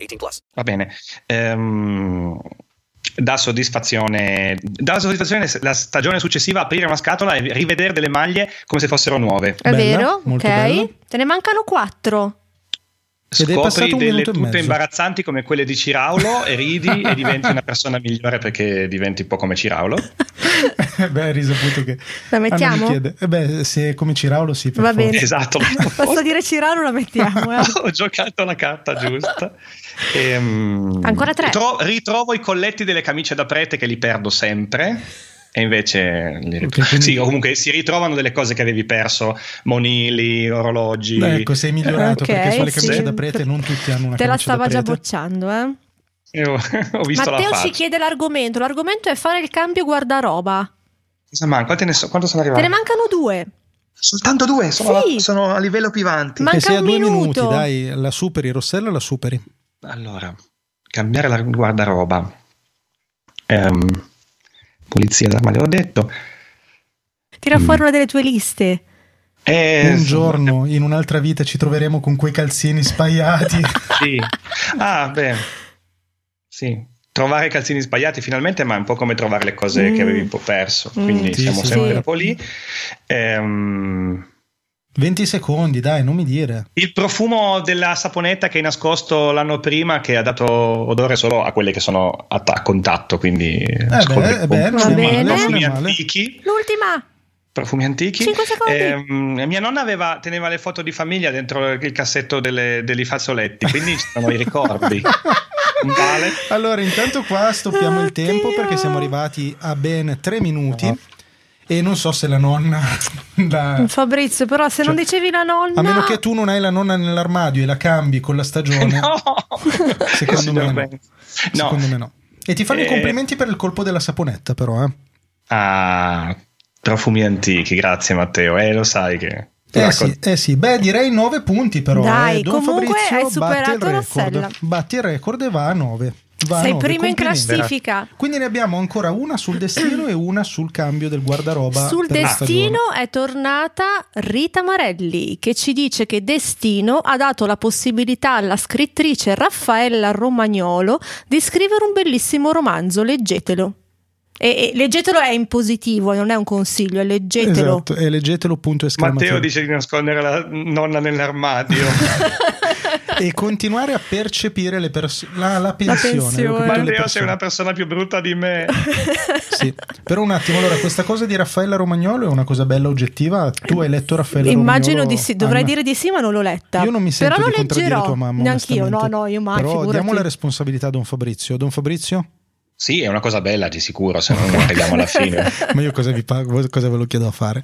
18 plus.
Va bene. Ehm, dà soddisfazione. Dà soddisfazione la stagione successiva aprire una scatola e rivedere delle maglie come se fossero nuove.
È
Bella,
vero? Ok.
molto bella.
Te ne mancano quattro.
Ed è passato
Scopri
un
delle
minuto e
tute
mezzo.
imbarazzanti come quelle di Ciraulo e ridi e diventi una persona migliore perché diventi un po' come Ciraulo.
beh, hai risaputo che.
La mettiamo?
Ah, non mi chiede. Eh beh, se come Ciraulo, sì. Per
Va
forza.
bene.
Esatto.
Posso dire Cirano la mettiamo. eh?
ho giocato la carta giusta. Ehm,
Ancora tre.
tro- ritrovo i colletti delle camicie da prete che li perdo sempre. E invece li rit-
Ok, quindi-
sì, o comunque si ritrovano delle cose che avevi perso, monili, orologi.
Beh, ecco, sei migliorato
Ok,
perché sulle
sì.
camicie da prete non tutti hanno una
Te la
camicia da
stava già
prete.
bocciando, eh?
Eh, ho ho visto
Matteo
la
ci
faccia.
chiede l'argomento. L'argomento è fare il cambio guardaroba.
Ah. Cosa manca? Quante ne so- Quanto sono
Te
arrivato?
ne mancano due.
Soltanto due, sono,
Sì.
a, sono a livello pivanti.
Manca
Eh, sei a
un
due
minuto.
minuti, dai, la superi, Rossella, la superi.
Allora, cambiare la guardaroba. Ehm, pulizia d'armadio, ho detto.
Tira fuori
Mm.
una delle tue liste.
Eh,
un giorno, in un'altra vita, ci troveremo con quei calzini spaiati.
Sì. Ah, beh. Sì. Trovare i calzini sbagliati finalmente, ma è un po' come trovare le cose
Mm.
che avevi un po' perso.
Mm,
Quindi
sì,
siamo
sì,
sempre
sì.
un po' lì. Ehm,
20 secondi, dai, non mi dire.
il profumo della saponetta che hai nascosto l'anno prima, che ha dato odore solo a quelle che sono a, ta- a contatto, quindi eh
beh, eh beh,
è
non
male, non
profumi
è male.
antichi.
L'ultima.
profumi antichi.
Cinque secondi.
Ehm, mia nonna aveva- teneva le foto di famiglia dentro il cassetto delle- degli fazzoletti, quindi ci sono i ricordi. Vale.
Allora, intanto qua stoppiamo il tempo
Oddio.
perché siamo arrivati a ben 3 minuti. E non so se la nonna la-
Fabrizio, però se non
Cioè,
dicevi la nonna...
A meno che tu non hai la nonna nell'armadio e la cambi con la stagione. Secondo me no. Secondo me no. E ti fanno i
Eh.
complimenti per il colpo della saponetta, però. Eh,
Ah, profumi antichi, grazie Matteo. Eh, lo sai che...
Eh sì, eh sì. beh, direi 9 punti, però.
Dai,
eh. Don
comunque
Fabrizio
hai
batte
superato
il record.
Rossella.
Batti il record e va a 9. Va a
Sei
nove,
primo in
complimenti.
classifica.
Quindi ne abbiamo ancora una sul destino e una sul cambio del guardaroba.
Sul
per la stagione.
destino è tornata Rita Marelli che ci dice che Destino ha dato la possibilità alla scrittrice Raffaella Romagnolo di scrivere un bellissimo romanzo, leggetelo. E, e leggetelo è in positivo, eh, non è un consiglio, è leggetelo.
Esatto, e leggetelo punto
Matteo
esclamativo.
dice di nascondere la nonna nell'armadio.
E continuare a percepire le pers- la, la pensione. avevo capito, le
Matteo sei
persone.
una persona più brutta di me.
Sì. Però un attimo, allora, questa cosa di Raffaella Romagnolo è una cosa bella oggettiva. Tu hai letto Raffaella
Immagino
Romagnolo?
di sì, dovrei
Anna?
dire di sì, ma non l'ho letta.
Io non mi sento
Però
di
lo
contraddire
leggerò.
tua mamma.
Neanch'io, no,
onestamente.
no, io mai.
Però
figurati.
diamo la responsabilità a Don Fabrizio. Don Fabrizio?
Sì, è una cosa bella di sicuro, se no non arriviamo alla fine.
Ma io cosa vi pago? Cosa ve lo chiedo a fare?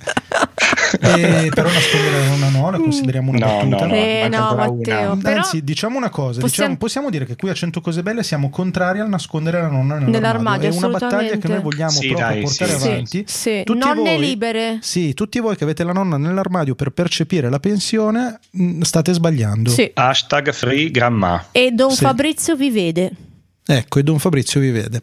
Eh, però nascondere una no, la consideriamo una
No,
battuta.
no, no, Eh, manca no, ancora una. Matteo,
Anzi,
però-
diciamo una cosa:
Possiamo-
diciamo- possiamo dire che qui a 100 cose belle siamo contrari al nascondere la nonna nell'armadio.
Nell'armadio,
È una battaglia
assolutamente.
che noi vogliamo
Sì,
proprio
dai,
portare
sì, sì.
avanti.
Sì,
Tutti
nonne
voi-
libere.
Sì, tutti voi che avete la nonna nell'armadio per percepire la pensione, mh, state sbagliando.
Sì.
Hashtag free grandma.
E Don
Sì.
Fabrizio vi vede.
Ecco, e Don Fabrizio vi vede.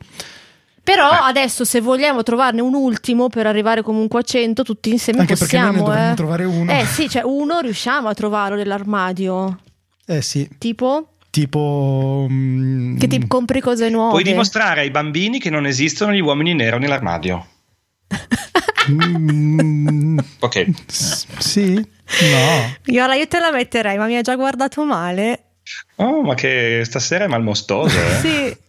Però adesso se vogliamo trovarne un ultimo per arrivare comunque a 100 tutti insieme
Anche perché noi ne
possiamo,
dovremmo
eh.
trovare uno.
Eh sì, cioè uno riusciamo a trovarlo nell'armadio.
Eh sì,
Tipo
tipo. mm, mh,
che ti compri cose nuove.
Puoi dimostrare ai bambini che non esistono gli uomini nero nell'armadio.
mm,
Ok.
s- sì? No.
Io, allora, io te la metterei, ma mi ha già guardato male.
Oh, ma che stasera è malmostoso, eh?
Sì,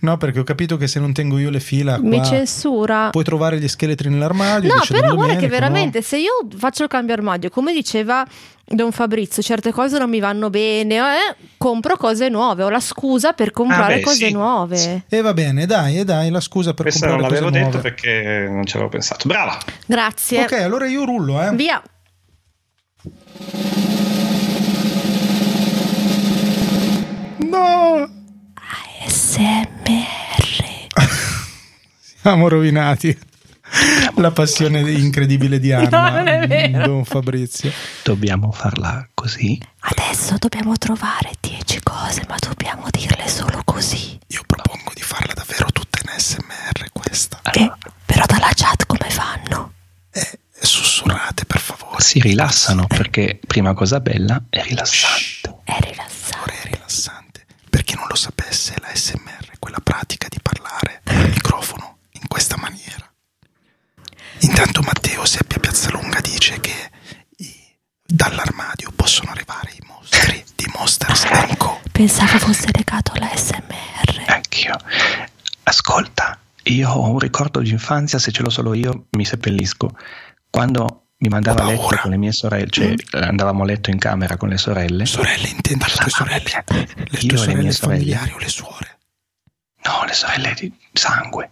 No, perché ho capito che se non tengo io le fila.
mi
qua,
censura.
Puoi trovare gli scheletri nell'armadio.
No,
dice Don
però guarda che
Domenico, no?
veramente se io faccio il cambio armadio, come diceva Don Fabrizio, certe cose non mi vanno bene, eh, compro cose nuove, ho la scusa per comprare
Ah, beh,
cose
sì.
nuove.
E va bene, dai, e dai, la scusa per
Questa non
comprare
l'avevo
cose
detto
nuove.
perché non ci avevo pensato. Brava!
Grazie.
Ok, allora io rullo, eh.
Via.
No!
SMR.
Siamo rovinati. La passione incredibile di Anna.
non è vero.
Don Fabrizio.
Dobbiamo farla così.
Adesso dobbiamo trovare 10 cose, ma dobbiamo dirle solo così.
Io propongo di farla davvero tutta in SMR questa.
Eh, però dalla chat come fanno?
Sussurrate per favore.
Si rilassano perché prima cosa bella è rilassante.
È rilassante.
È rilassante. Per chi non lo sapesse, la SMR è quella pratica di parlare al microfono in questa maniera. Intanto Matteo Seppia Piazzalunga dice che i- dall'armadio possono arrivare i mostri di Monsters Co.
Pensavo fosse legato alla SMR.
Anch'io. Ascolta, io ho un ricordo di infanzia, se ce l'ho solo io mi seppellisco. Quando mi mandava a letto con le mie sorelle, cioè andavamo a letto in camera con le sorelle.
Mm. Sorelle, intendo le tue sorelle. Le
Io e
tue
le
sorelle
mie sorelle.
familiari o le suore.
No, le sorelle di sangue.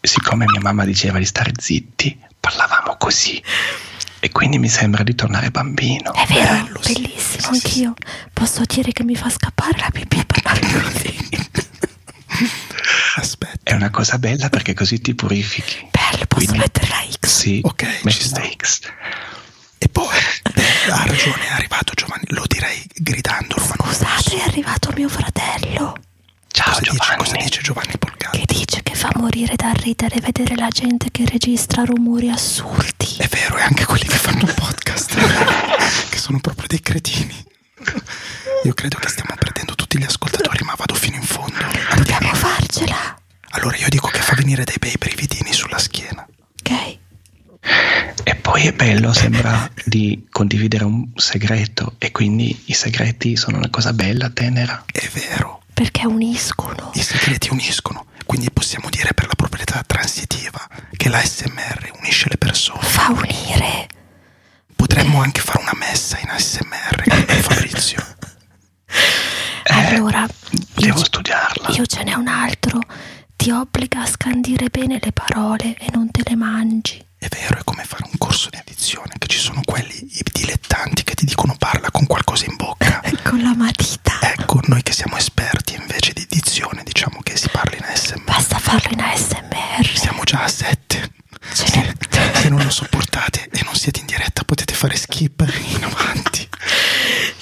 Siccome mia mamma diceva di stare zitti, parlavamo così. E quindi mi sembra di tornare bambino.
È vero, bellissimo, anch'io. Posso dire che mi fa scappare la pipì per parlare così.
Aspetta,
È una cosa bella perché così ti purifichi.
Bello, posso
Quindi-
mettere la X.
Sì,
ok, ci sta.
mistakes.
E poi beh, ha ragione, è arrivato Giovanni, lo direi gridandolo, ma non
Scusate, è arrivato mio fratello
Ciao
cosa dice, cosa
Giovanni.
dice Giovanni Polcano?
che dice che fa morire dal ridere vedere la gente che registra rumori assurdi.
È vero, e anche quelli che fanno un podcast, che sono proprio dei cretini. Io credo che stiamo perdendo tutti gli ascoltatori, ma vado fino in fondo. Andiamo.
Dobbiamo farcela.
Allora io dico che fa venire dei bei brividini sulla schiena.
Ok.
E poi è bello, sembra di condividere un segreto e quindi i segreti sono una cosa bella, tenera.
È vero,
Perché uniscono.
i segreti uniscono, quindi possiamo dire per la proprietà transitiva che la SMR unisce le persone.
Fa unire.
Potremmo anche fare una messa in ASMR con Fabrizio.
Allora, Eh,
Devo studiarla.
io ce n'è un altro. Ti ti obbliga a scandire bene le parole e non te le mangi.
È vero, è come fare un corso di addizione, che ci sono quelli i dilettanti che ti dicono parla con qualcosa in bocca.
Con la matita.
Ecco, noi che siamo esperti invece di dizione, diciamo che si parla in ASMR.
Basta farlo in ASMR.
Siamo già a 7.
Cioè,
Se, se non lo sopportate e non siete in diretta potete fare skip in avanti.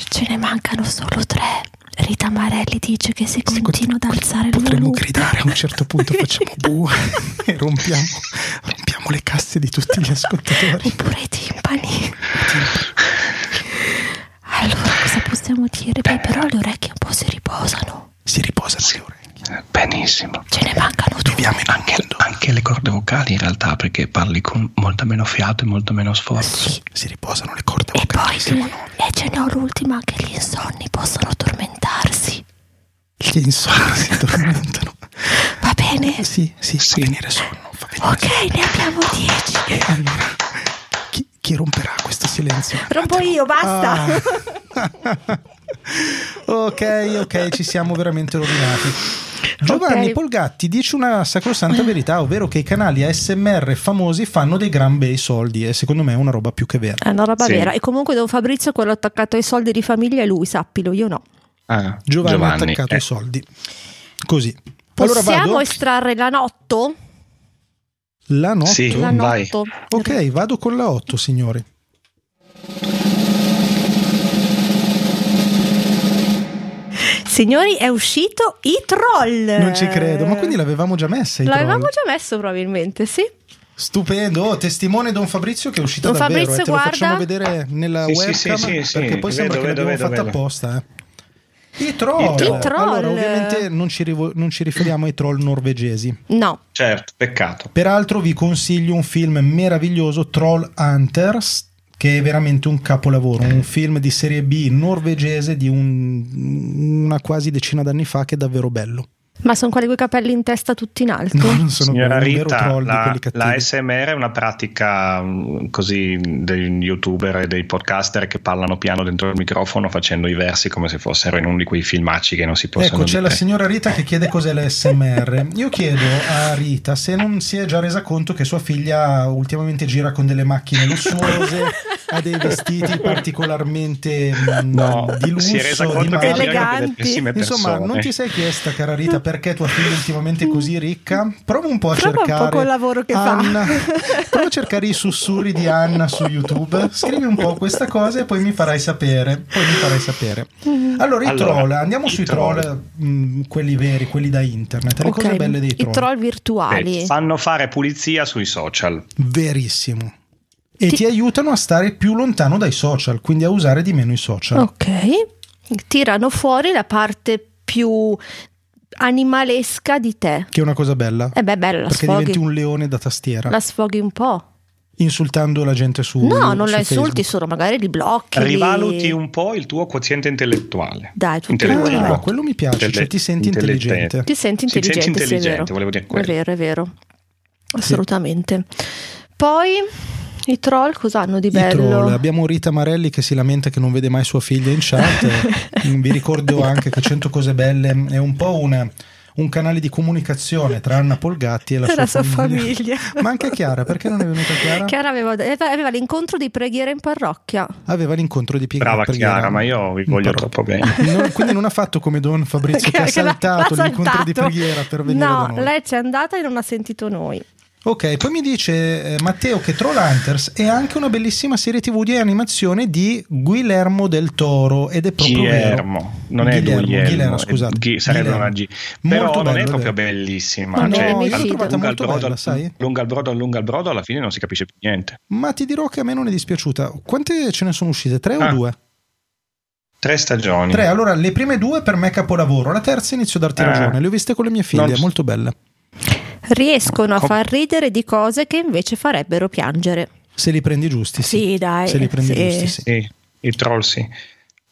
Ce ne mancano solo tre. Rita Marelli dice che se continuo ad alzare il
Potremmo
volume
gridare a un certo punto, facciamo bua e rompiamo, rompiamo le casse di tutti gli ascoltatori.
Oppure i timpani. Allora, cosa possiamo dire? Beh, però le orecchie un po' si riposano.
Si riposano le orecchie.
Benissimo.
Ce ne mancano due.
Viviamo in un
Anche,
certo.
anche le corde vocali in realtà, perché parli con molto meno fiato e molto meno sforzo.
Si riposano le corde
E poi, e ce n'ho l'ultima, che gli insonni possono tormentarsi.
Gli insonni si tormentano.
Va bene?
Sì, sì, fa venire sonno. Fa venire
Ok, ne abbiamo dieci.
sonno. E allora, chi, chi romperà questo silenzio?
Rompo io, basta.
Ah. Ok, ok, ci siamo veramente rovinati. Giovanni
Ok.
Polgatti dice una sacrosanta verità, ovvero che i canali ASMR famosi fanno dei gran bei soldi e secondo me è una roba più che vera.
È una roba
Sì.
vera. E comunque Don Fabrizio, quello attaccato ai soldi di famiglia, è lui, sappilo, io no.
Ah,
Giovanni, ha attaccato
eh,
i soldi. Così. Allora
Possiamo
vado.
estrarre la notto?
La 9.
Sì,
la
vai.
notto.
Ok, vado con la 8, signori.
Signori, è uscito i troll.
Non ci credo, ma quindi l'avevamo già messa. i
L'avevamo
troll?
già messo probabilmente, sì.
Stupendo, oh, testimone Don Fabrizio che è uscito
Don
davvero.
Fabrizio,
eh, te lo facciamo
guarda.
vedere nella
Sì, sì,
webcam
sì, sì, sì.
perché poi sembra che
Vedo,
l'abbiamo
vedo,
fatta
vedo.
apposta. eh. I troll.
I troll.
Allora, ovviamente non ci, rivo- non ci riferiamo ai troll norvegesi.
No.
Certo, peccato.
Peraltro vi consiglio un film meraviglioso, Troll Hunters, che è veramente un capolavoro, un film di serie B norvegese di un- una quasi decina d'anni fa che è davvero bello.
Ma sono quelli con i capelli in testa tutti in alto.
No, non sono
Signora
belli, è un vero
Rita,
troll di
la,
quelli cattivi.
la SMR è una pratica mh, così degli youtuber e dei podcaster che parlano piano dentro il microfono facendo i versi come se fossero in uno di quei filmacci che non si eh. possono
Ecco, c'è la
vedere.
signora Rita che chiede cos'è l'SMR. Io chiedo a Rita se non si è già resa conto che sua figlia ultimamente gira con delle macchine lussuose, ha dei vestiti particolarmente mm,
No,
di lusso,
si è resa
di
conto che
marca.
gira con delle pessime
Insomma,
persone.
non ti sei chiesta, cara Rita, perché tua figlia ultimamente è così ricca? Prova un po' a
Prova un
cercare
po' col lavoro che fa.
Anna. Prova a cercare i sussurri di Anna su YouTube. Scrivi un po' questa cosa e poi mi farai sapere. Poi mi farai sapere.
Mm-hmm.
Allora, i
Allora,
troll, andiamo
i
sui troll,
troll.
mh, quelli veri, quelli da internet, le
Ok,
cose belle dei troll.
I troll
Eh,
virtuali.
fanno fare pulizia sui social.
Verissimo. E ti... aiutano a stare più lontano dai social, quindi a usare di meno i social.
ok. Tirano fuori la parte più animalesca di te.
Che è una cosa bella.
E beh, bella, la
perché
sfoghi.
diventi un leone da tastiera,
La sfoghi un po'.
insultando la gente su
No, non
su
la insulti,
Facebook.
solo magari li blocchi. li-
Rivaluti un po' il tuo quoziente intellettuale.
Dai, tutti
Intellettivo.
Ah, quello mi piace,
Intelle-
cioè ti senti
intelligente.
intelligente.
Ti senti
Sì, senti
intelligente, sì, è
intelligente,
vero.
volevo dire
È
quello.
vero, è vero. Assolutamente. Poi i troll cosa hanno di
I troll. eh,
bello?
Abbiamo Rita Marelli che si lamenta che non vede mai sua figlia in chat. Mm, Vi ricordo anche che 100 cose belle è un po' una- un canale di comunicazione tra Anna Polgatti e la,
E la sua famiglia.
Ma anche Chiara, perché non è venuta Chiara?
Chiara aveva, aveva- aveva l'incontro di preghiera in parrocchia.
Aveva l'incontro di Piega
Brava Chiara, ma io vi voglio troppo bene.
quindi non ha fatto come Don Fabrizio che ha
Che l'ha- l'ha
saltato l'incontro di
saltato.
preghiera per venire da
No,
noi.
lei c'è andata e non ha sentito noi.
Ok, poi mi dice eh, Matteo che Troll Hunters è anche una bellissima serie TV di animazione di Guillermo del Toro ed è proprio
Guillermo,
vero.
non è
Guillermo,
Guglielmo,
Guillermo,
è
scusate.
Ghi- sarebbe
Guillermo.
una G,
Molto
però non
bello,
è proprio
vero.
bellissima.
Ma no,
cioè,
io l'ho
al-
trovata
lunga al
molto
brodo,
bella, sai?
Lunga al brodo, lunga al brodo, alla fine non si capisce più niente.
Ma ti dirò che a me non è dispiaciuta. Quante ce ne sono uscite? Tre o
Ah. Mm.
due?
Tre stagioni.
Tre. Allora, le prime due per me capolavoro, la terza inizio a darti
Eh.
ragione. Le ho viste con le mie figlie,
Non-
molto belle.
Riescono a
Com-
far ridere di cose che invece farebbero piangere.
Se li prendi giusti, sì.
Sì, dai.
Se li prendi
sì.
giusti, sì.
Sì, i troll sì.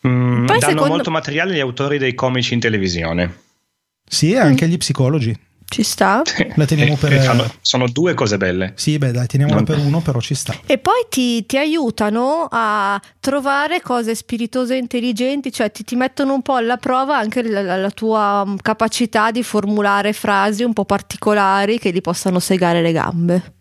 Mm,
Poi
danno
secondo-
molto materiale agli autori dei comici in televisione.
Sì, e anche gli psicologi.
Ci sta.
La teniamo
E-
per- eh,
e fanno- sono due cose belle.
Sì, beh, dai, teniamola
Eh, Non-
per uno, però ci sta.
E poi ti, ti aiutano a trovare cose spiritose e intelligenti, cioè ti, ti mettono un po' alla prova anche la, la- la tua mm, capacità di formulare frasi un po' particolari che gli possano segare le gambe.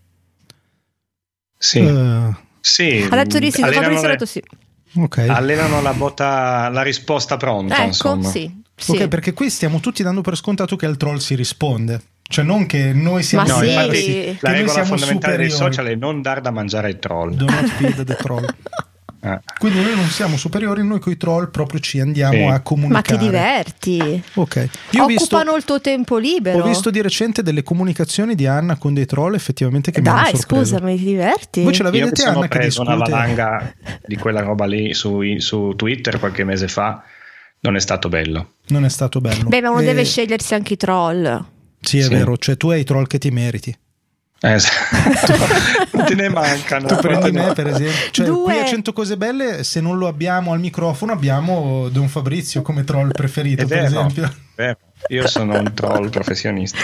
Sì.
Eh.
sì.
Ha detto di sì, da quanto
allenano,
mi sono
le-
detto sì.
allenano la botta, la risposta pronta.
Ecco,
insomma.
sì. sì.
Ok, perché qui stiamo tutti dando per scontato che al troll si risponde. Cioè, non che noi siamo
No, infatti,
diversi, che
la
noi
regola
siamo
fondamentale dei
superiori.
social è non dar da mangiare ai troll.
Do not feed the troll.
Ah.
Quindi noi non siamo superiori, noi coi troll proprio ci andiamo
Sì.
a
Ma
comunicare.
ti diverti.
Ok. Io ho visto,
Occupano il tuo tempo libero.
ho visto di recente delle comunicazioni di Anna con dei troll effettivamente che mi
Dai,
hanno sorpreso.
scusami, ti diverti.
Voi ce la
Io mi
vedete
sono
Anna che
preso una
discute?
valanga di quella roba lì su, su Twitter qualche mese fa. Non è stato bello.
Non è stato bello.
Beh, ma uno
Eh,
deve scegliersi anche i troll.
Sì, è vero, cioè tu hai i troll che ti meriti.
Eh, Non te ne mancano.
Tu prendi me, per esempio. Cioè, qui
Due.
a 100 cose belle, se non lo abbiamo al microfono, abbiamo Don Fabrizio come troll preferito,
È
per
vero,
esempio.
è vero. Io sono un troll professionista.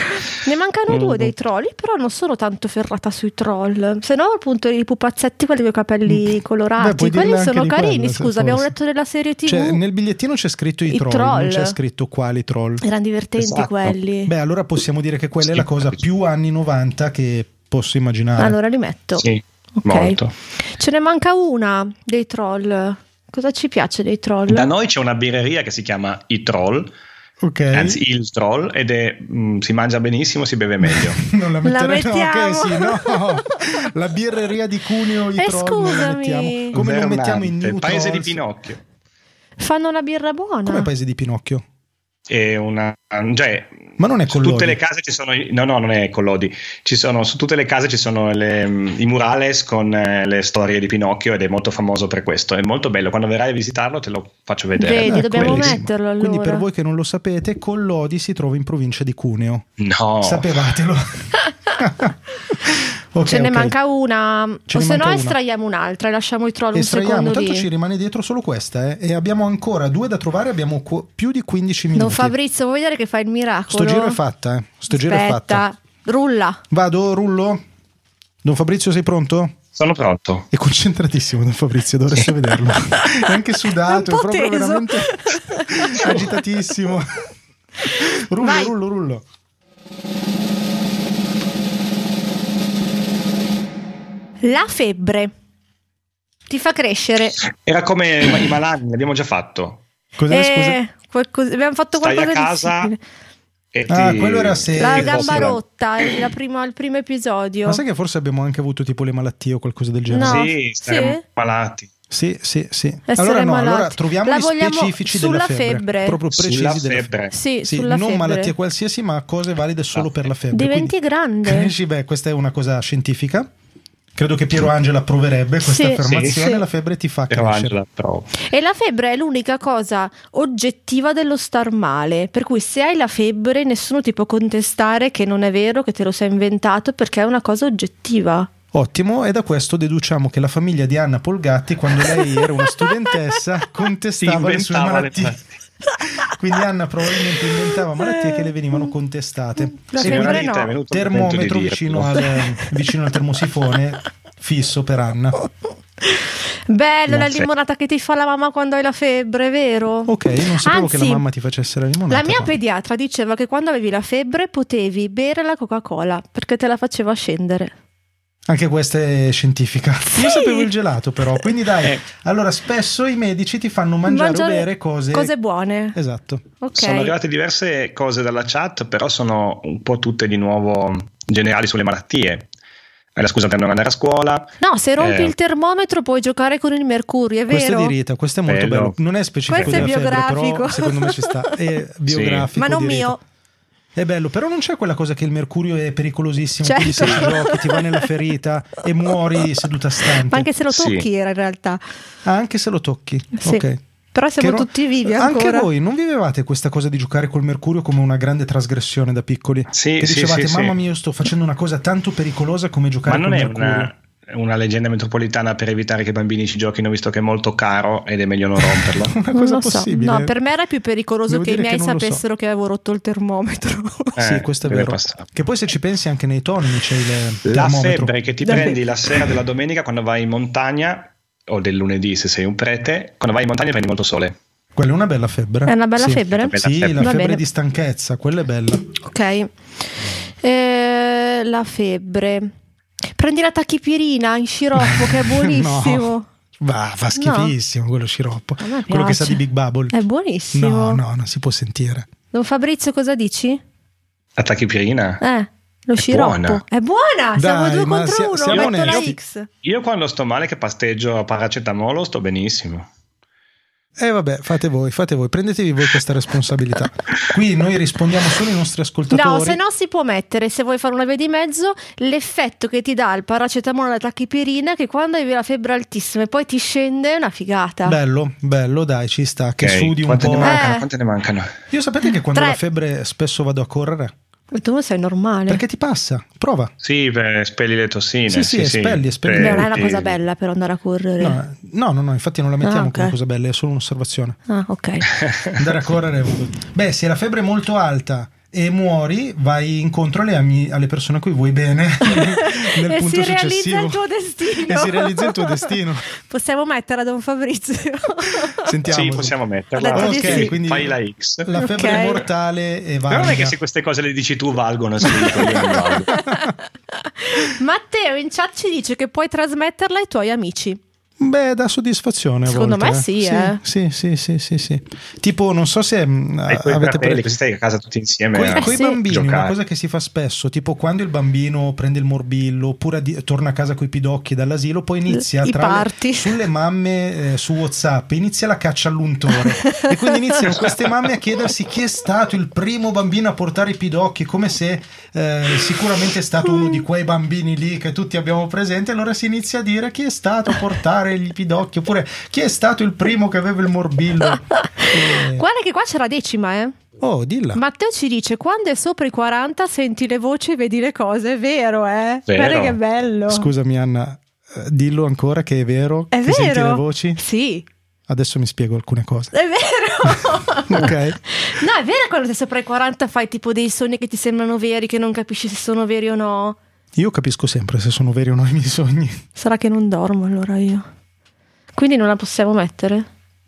Ne mancano
Mm.
due dei troll, io però non sono tanto ferrata sui troll. Se no, appunto, i pupazzetti, quelli con i capelli colorati,
Beh, puoi dirla
quelli
anche
sono
di
carini.
quella, se
scusa, abbiamo
forse.
letto della serie TV.
Cioè, nel bigliettino c'è scritto i,
I
troll,
troll.
non c'è scritto quali troll.
Erano divertenti quelli.
Esatto. Beh, allora possiamo dire che quella è la cosa più anni 90 che posso immaginare.
Ah, Allora li metto. Ok.
molto.
Ce ne manca una dei troll. Cosa ci piace dei troll?
Da noi c'è una birreria che si chiama I Troll,
Ok.
anzi il Troll, ed è mm, si mangia benissimo, si beve meglio.
Non la
La
metteremo, ok, sì,
mettiamo.
no. La birreria di Cuneo, i
Eh,
troll, non la
scusami.
mettiamo. Come non mettiamo in
Vernante,
New
Paese di
Trolls?
Pinocchio.
Fanno una birra buona.
Come paese di Pinocchio?
È una, cioè,
Ma non è
su
Collodi.
tutte le case ci sono, i- no, no, non è Collodi. Ci sono, su tutte le case ci sono le, mm, i murales con eh, le storie di Pinocchio ed è molto famoso per questo. È molto bello. Quando verrai a visitarlo, te lo faccio vedere.
Vedi,
Ecco,
Eh, dobbiamo
bellissimo.
metterlo allora.
Quindi per voi che non lo sapete, Collodi si trova in provincia di Cuneo.
No,
Sapevatelo. Ok,
Ce ne
ok.
manca una.
Ce
o
ne
se no,
manca una.
estraiamo un'altra e lasciamo i troll un
Estraiamo,
secondo
tanto
lì.
ci rimane dietro solo questa eh, e abbiamo ancora due da trovare, abbiamo qu- più di 15 minuti.
Don Fabrizio, vuoi vedere che fa il miracolo?
Sto giro è fatta, eh. Sto giro è fatta.
Aspetta, rulla.
Vado, rullo. Don Fabrizio, sei pronto?
sono pronto.
È concentratissimo Don Fabrizio, dovreste vederlo. È anche
È
sudato, è
un po'
proprio
teso.
veramente agitatissimo. Rullo,
Vai.
rullo, rullo.
La febbre ti fa crescere.
Era come i malanni, l'abbiamo già fatto.
Cos'è, scusa?
Eh, qualcosa- abbiamo fatto
Stai a
qualcosa
casa
di simile.
e ti,
Ah, quello era se-
La
ti
gamba
coprono.
rotta, il, la prima- il primo episodio.
Ma sai che forse abbiamo anche avuto tipo le malattie o qualcosa del genere?
No.
Sì, staremo
Sì?
malati.
Sì, sì, sì.
Essere
allora no,
malati.
allora troviamo
La
gli
vogliamo
specifici
sulla
della febbre,
febbre.
proprio precisi
Sulla
della febbre.
febbre.
Sì,
Sì,
sulla
non
febbre.
malattie qualsiasi, ma cose valide solo per la febbre.
Diventi
Quindi
grande.
cresci, beh, questa è una cosa scientifica. Credo che Piero Angela approverebbe questa
Sì,
affermazione.
sì.
La febbre ti fa
Però
crescere.
Angela, però.
E la febbre è l'unica cosa oggettiva dello star male, per cui se hai la febbre nessuno ti può contestare che non è vero, che te lo sei inventato, perché è una cosa oggettiva.
Ottimo, e da questo deduciamo che la famiglia di Anna Polgatti, quando lei era una studentessa, contestava
Si
le sue
inventava le
malattie. Quindi Anna probabilmente inventava malattie che le venivano contestate.
La
Sì,
febbre
veramente è
no.
venuto il momento di
Termometro vicino
dirlo.
al, vicino al termosifone fisso per Anna.
Bello la
Sì.
limonata che ti fa la mamma quando hai la febbre, vero?
Ok, non sapevo
Anzi,
che la mamma ti facesse la limonata.
La mia
ma-
pediatra diceva che quando avevi la febbre potevi bere la Coca-Cola perché te la faceva scendere.
Anche questa è scientifica. Io sapevo il gelato, però. Quindi dai,
Eh.
allora spesso i medici ti fanno mangiare, o bere cose.
buone.
Esatto.
Ok.
Sono arrivate diverse cose dalla chat, però sono un po' tutte di nuovo generali sulle malattie. Eh, La scusa per non andare a scuola.
No, se rompi
Eh.
il termometrio puoi giocare con il mercurio, è
Questo
vero?
di Rita, questo è molto
Bello.
bello. Non è specifico
Questo è
della febbre, però
biografico.
secondo me ci sta. È biografico.
Ma non
di Rita.
mio.
È bello, però non c'è quella cosa che il mercurio è pericolosissimo, quindi se
Certo.
ci giochi ti va nella ferita e muori seduta stante.
Ma anche se lo
Sì.
tocchi era in realtà.
Ah, anche se lo tocchi.
Sì.
Ok.
Però siamo
Che ro-
tutti vivi ancora.
Anche voi non vivevate questa cosa di giocare col mercurio come una grande trasgressione da piccoli?
Sì,
che
sì,
dicevate,
sì,
mamma
sì.
mia, io sto facendo una cosa tanto pericolosa come
Ma
giocare col
non è
mercurio.
una. una leggenda metropolitana per evitare che i bambini ci giochino, visto che è molto caro ed è meglio non romperlo.
Non lo so.
possibile.
No, per me era più pericoloso
Devo
che i
dire che
miei
non lo so.
sapessero che avevo rotto il termometro.
sì, questo è
Eh, deve
vero.
passare.
Che poi se ci pensi anche nei tonni c'è il
La
termometro.
febbre che ti
Davvero.
prendi la sera della domenica quando vai in montagna, o del lunedì se sei un prete, quando vai in montagna prendi molto sole.
Quella è una bella febbre.
È una bella
Sì.
febbre? Una bella
Sì,
febbre.
la
Va
febbre
bene.
di stanchezza, quella è bella.
Ok. Eh, la febbre. Prendi la tachipirina in sciroppo che è buonissimo.
No. Va, fa schifissimo quello sciroppo.
A me
Quello che
piace.
sa di Big Bubble.
È buonissimo.
No, no, non si può sentire.
Don Fabrizio, cosa dici?
La tachipirina?
Eh, lo
È
sciroppo.
buona.
È buona, siamo
Dai,
due
ma
contro
sia-
uno.
siamo
Metto la
onesti.
X.
Io quando sto male che pasteggio a paracetamolo sto benissimo.
E Eh, vabbè, fate voi, fate voi, prendetevi voi questa responsabilità. Qui noi rispondiamo solo ai nostri ascoltatori.
No, se no si può mettere, se vuoi fare una via di mezzo, l'effetto che ti dà il paracetamolo e la tachipirina che quando hai la febbre altissima e poi ti scende è una figata.
Bello, bello, dai, ci sta, che
Ok,
sudi un
quante
po'.
Ne mancano,
Eh.
Quante ne mancano?
Io sapete che quando ho
Tre.
la febbre spesso vado a correre?
Ma tu non sei normale.
Perché ti passa? Prova.
Sì, per- spelli le tossine.
Sì, sì, espelli, espelli.
Per-
Beh, non è una
Eh, ti-
cosa bella però andare a correre.
No, no, no, no, infatti non la mettiamo
Ah, ok.
come cosa bella, è solo un'osservazione.
Ah, ok.
Andare a correre. Beh, se la febbre è molto alta e muori, vai incontro alle, ami- alle persone a cui vuoi bene nel
e
punto
si realizza
successivo.
il tuo destino.
E si realizza il tuo destino.
Possiamo metterla, Don Fabrizio.
Sentiamo.
Sì, possiamo metterla.
Ha detto di
Ok,
sì.
quindi fai la X.
Ah, La febbre
Ok.
mortale e
Però
vai.
non è che se queste cose le dici tu valgono, se le dico io non valgo.
Matteo in chat ci dice che puoi trasmetterla ai tuoi amici.
Eh. Beh, dà soddisfazione a
Secondo
volte,
me
eh.
sì,
sì,
eh.
Sì, sì, sì, sì, sì. Tipo, non so se mh,
Hai tuoi
Ah, avete
fratelli,
pre-
che stai a casa tutti insieme. eh.
Coi,
a
coi
sì.
bambini, una
giocare.
cosa che si fa spesso, tipo quando il bambino prende il morbillo oppure di- torna a casa coi pidocchi dall'asilo, poi inizia
I
tra le-
party.
sulle mamme eh, su WhatsApp, inizia la caccia all'untore. e quindi iniziano queste mamme a chiedersi chi è stato il primo bambino a portare i pidocchi, come se eh, sicuramente è stato uno di quei bambini lì che tutti abbiamo presente. Allora si inizia a dire chi è stato a portare i pidocchi, oppure chi è stato il primo che aveva il morbillo. Eh,
Guarda che qua c'è la decima, eh.
oh, dilla.
Matteo ci dice quando è sopra i 40 senti le voci e vedi le cose, è vero, eh?
Vero.
Guarda che bello.
Scusami Anna, eh, dillo ancora che è vero?
è
che
vero.
senti le voci?
Sì,
Adesso mi spiego alcune cose.
è vero.
Ok.
No, è vero quando sei sopra i 40 fai tipo dei sogni che ti sembrano veri, che non capisci se sono veri o no.
Io capisco sempre se sono veri o no i miei sogni.
Sarà che non dormo allora io. Quindi non la possiamo mettere?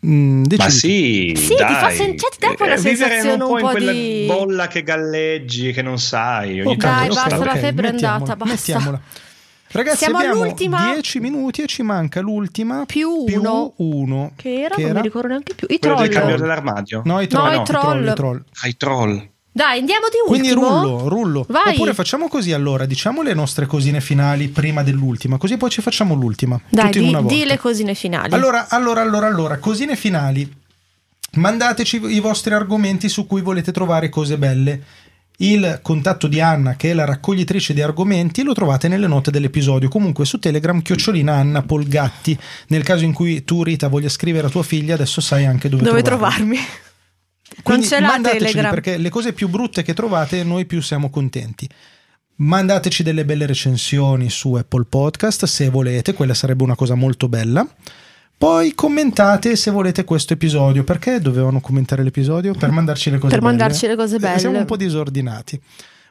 Mm,
Ma
decidi.
sì,
Sì, ti
dai.
fa sentire- ti dà quella
Eh, vivere
sensazione un
in
po'
quella
di-
bolla che galleggi, che non sai. Ogni
Ok,
Dai,
tanto
ok,
basta,
sta-
la
ok,
febbre è
mettiamola,
andata, basta.
mettiamola. Ragazzi,
Siamo
abbiamo
all'ultima.
10 minuti e ci manca l'ultima
Più uno.
uno.
Che era? Non mi ricordo neanche più. I
Quello del
troll.
cambio dell'armadio.
No, i troll,
i
i troll,
troll.
i troll.
Ai troll.
Dai, andiamo di ultimo.
Quindi rullo, rullo.
Vai.
Oppure facciamo così allora, diciamo le nostre cosine finali prima dell'ultima, così poi ci facciamo l'ultima.
Dai,
tutti in
di,
una volta.
di le cosine finali.
Allora, allora, allora, allora, cosine finali. Mandateci i vostri argomenti su cui volete trovare cose belle. Il contatto di Anna, che è la raccoglitrice di argomenti, lo trovate nelle note dell'episodio. Comunque su Telegram, chiocciolina Anna Polgatti. Nel caso in cui tu, Rita, voglia scrivere a tua figlia, adesso sai anche dove,
Dove
trovarla.
trovarmi?
Quindi
non ce l'ha
mandateceli,
Telegram.
Perché le cose più brutte che trovate, noi più siamo contenti. Mandateci delle belle recensioni su Apple Podcast se volete, quella sarebbe una cosa molto bella. Poi commentate se volete questo episodio. Perché dovevano commentare l'episodio? Per mandarci le cose
Per
belle.
mandarci le cose
Eh, Siamo
belle.
un po' disordinati.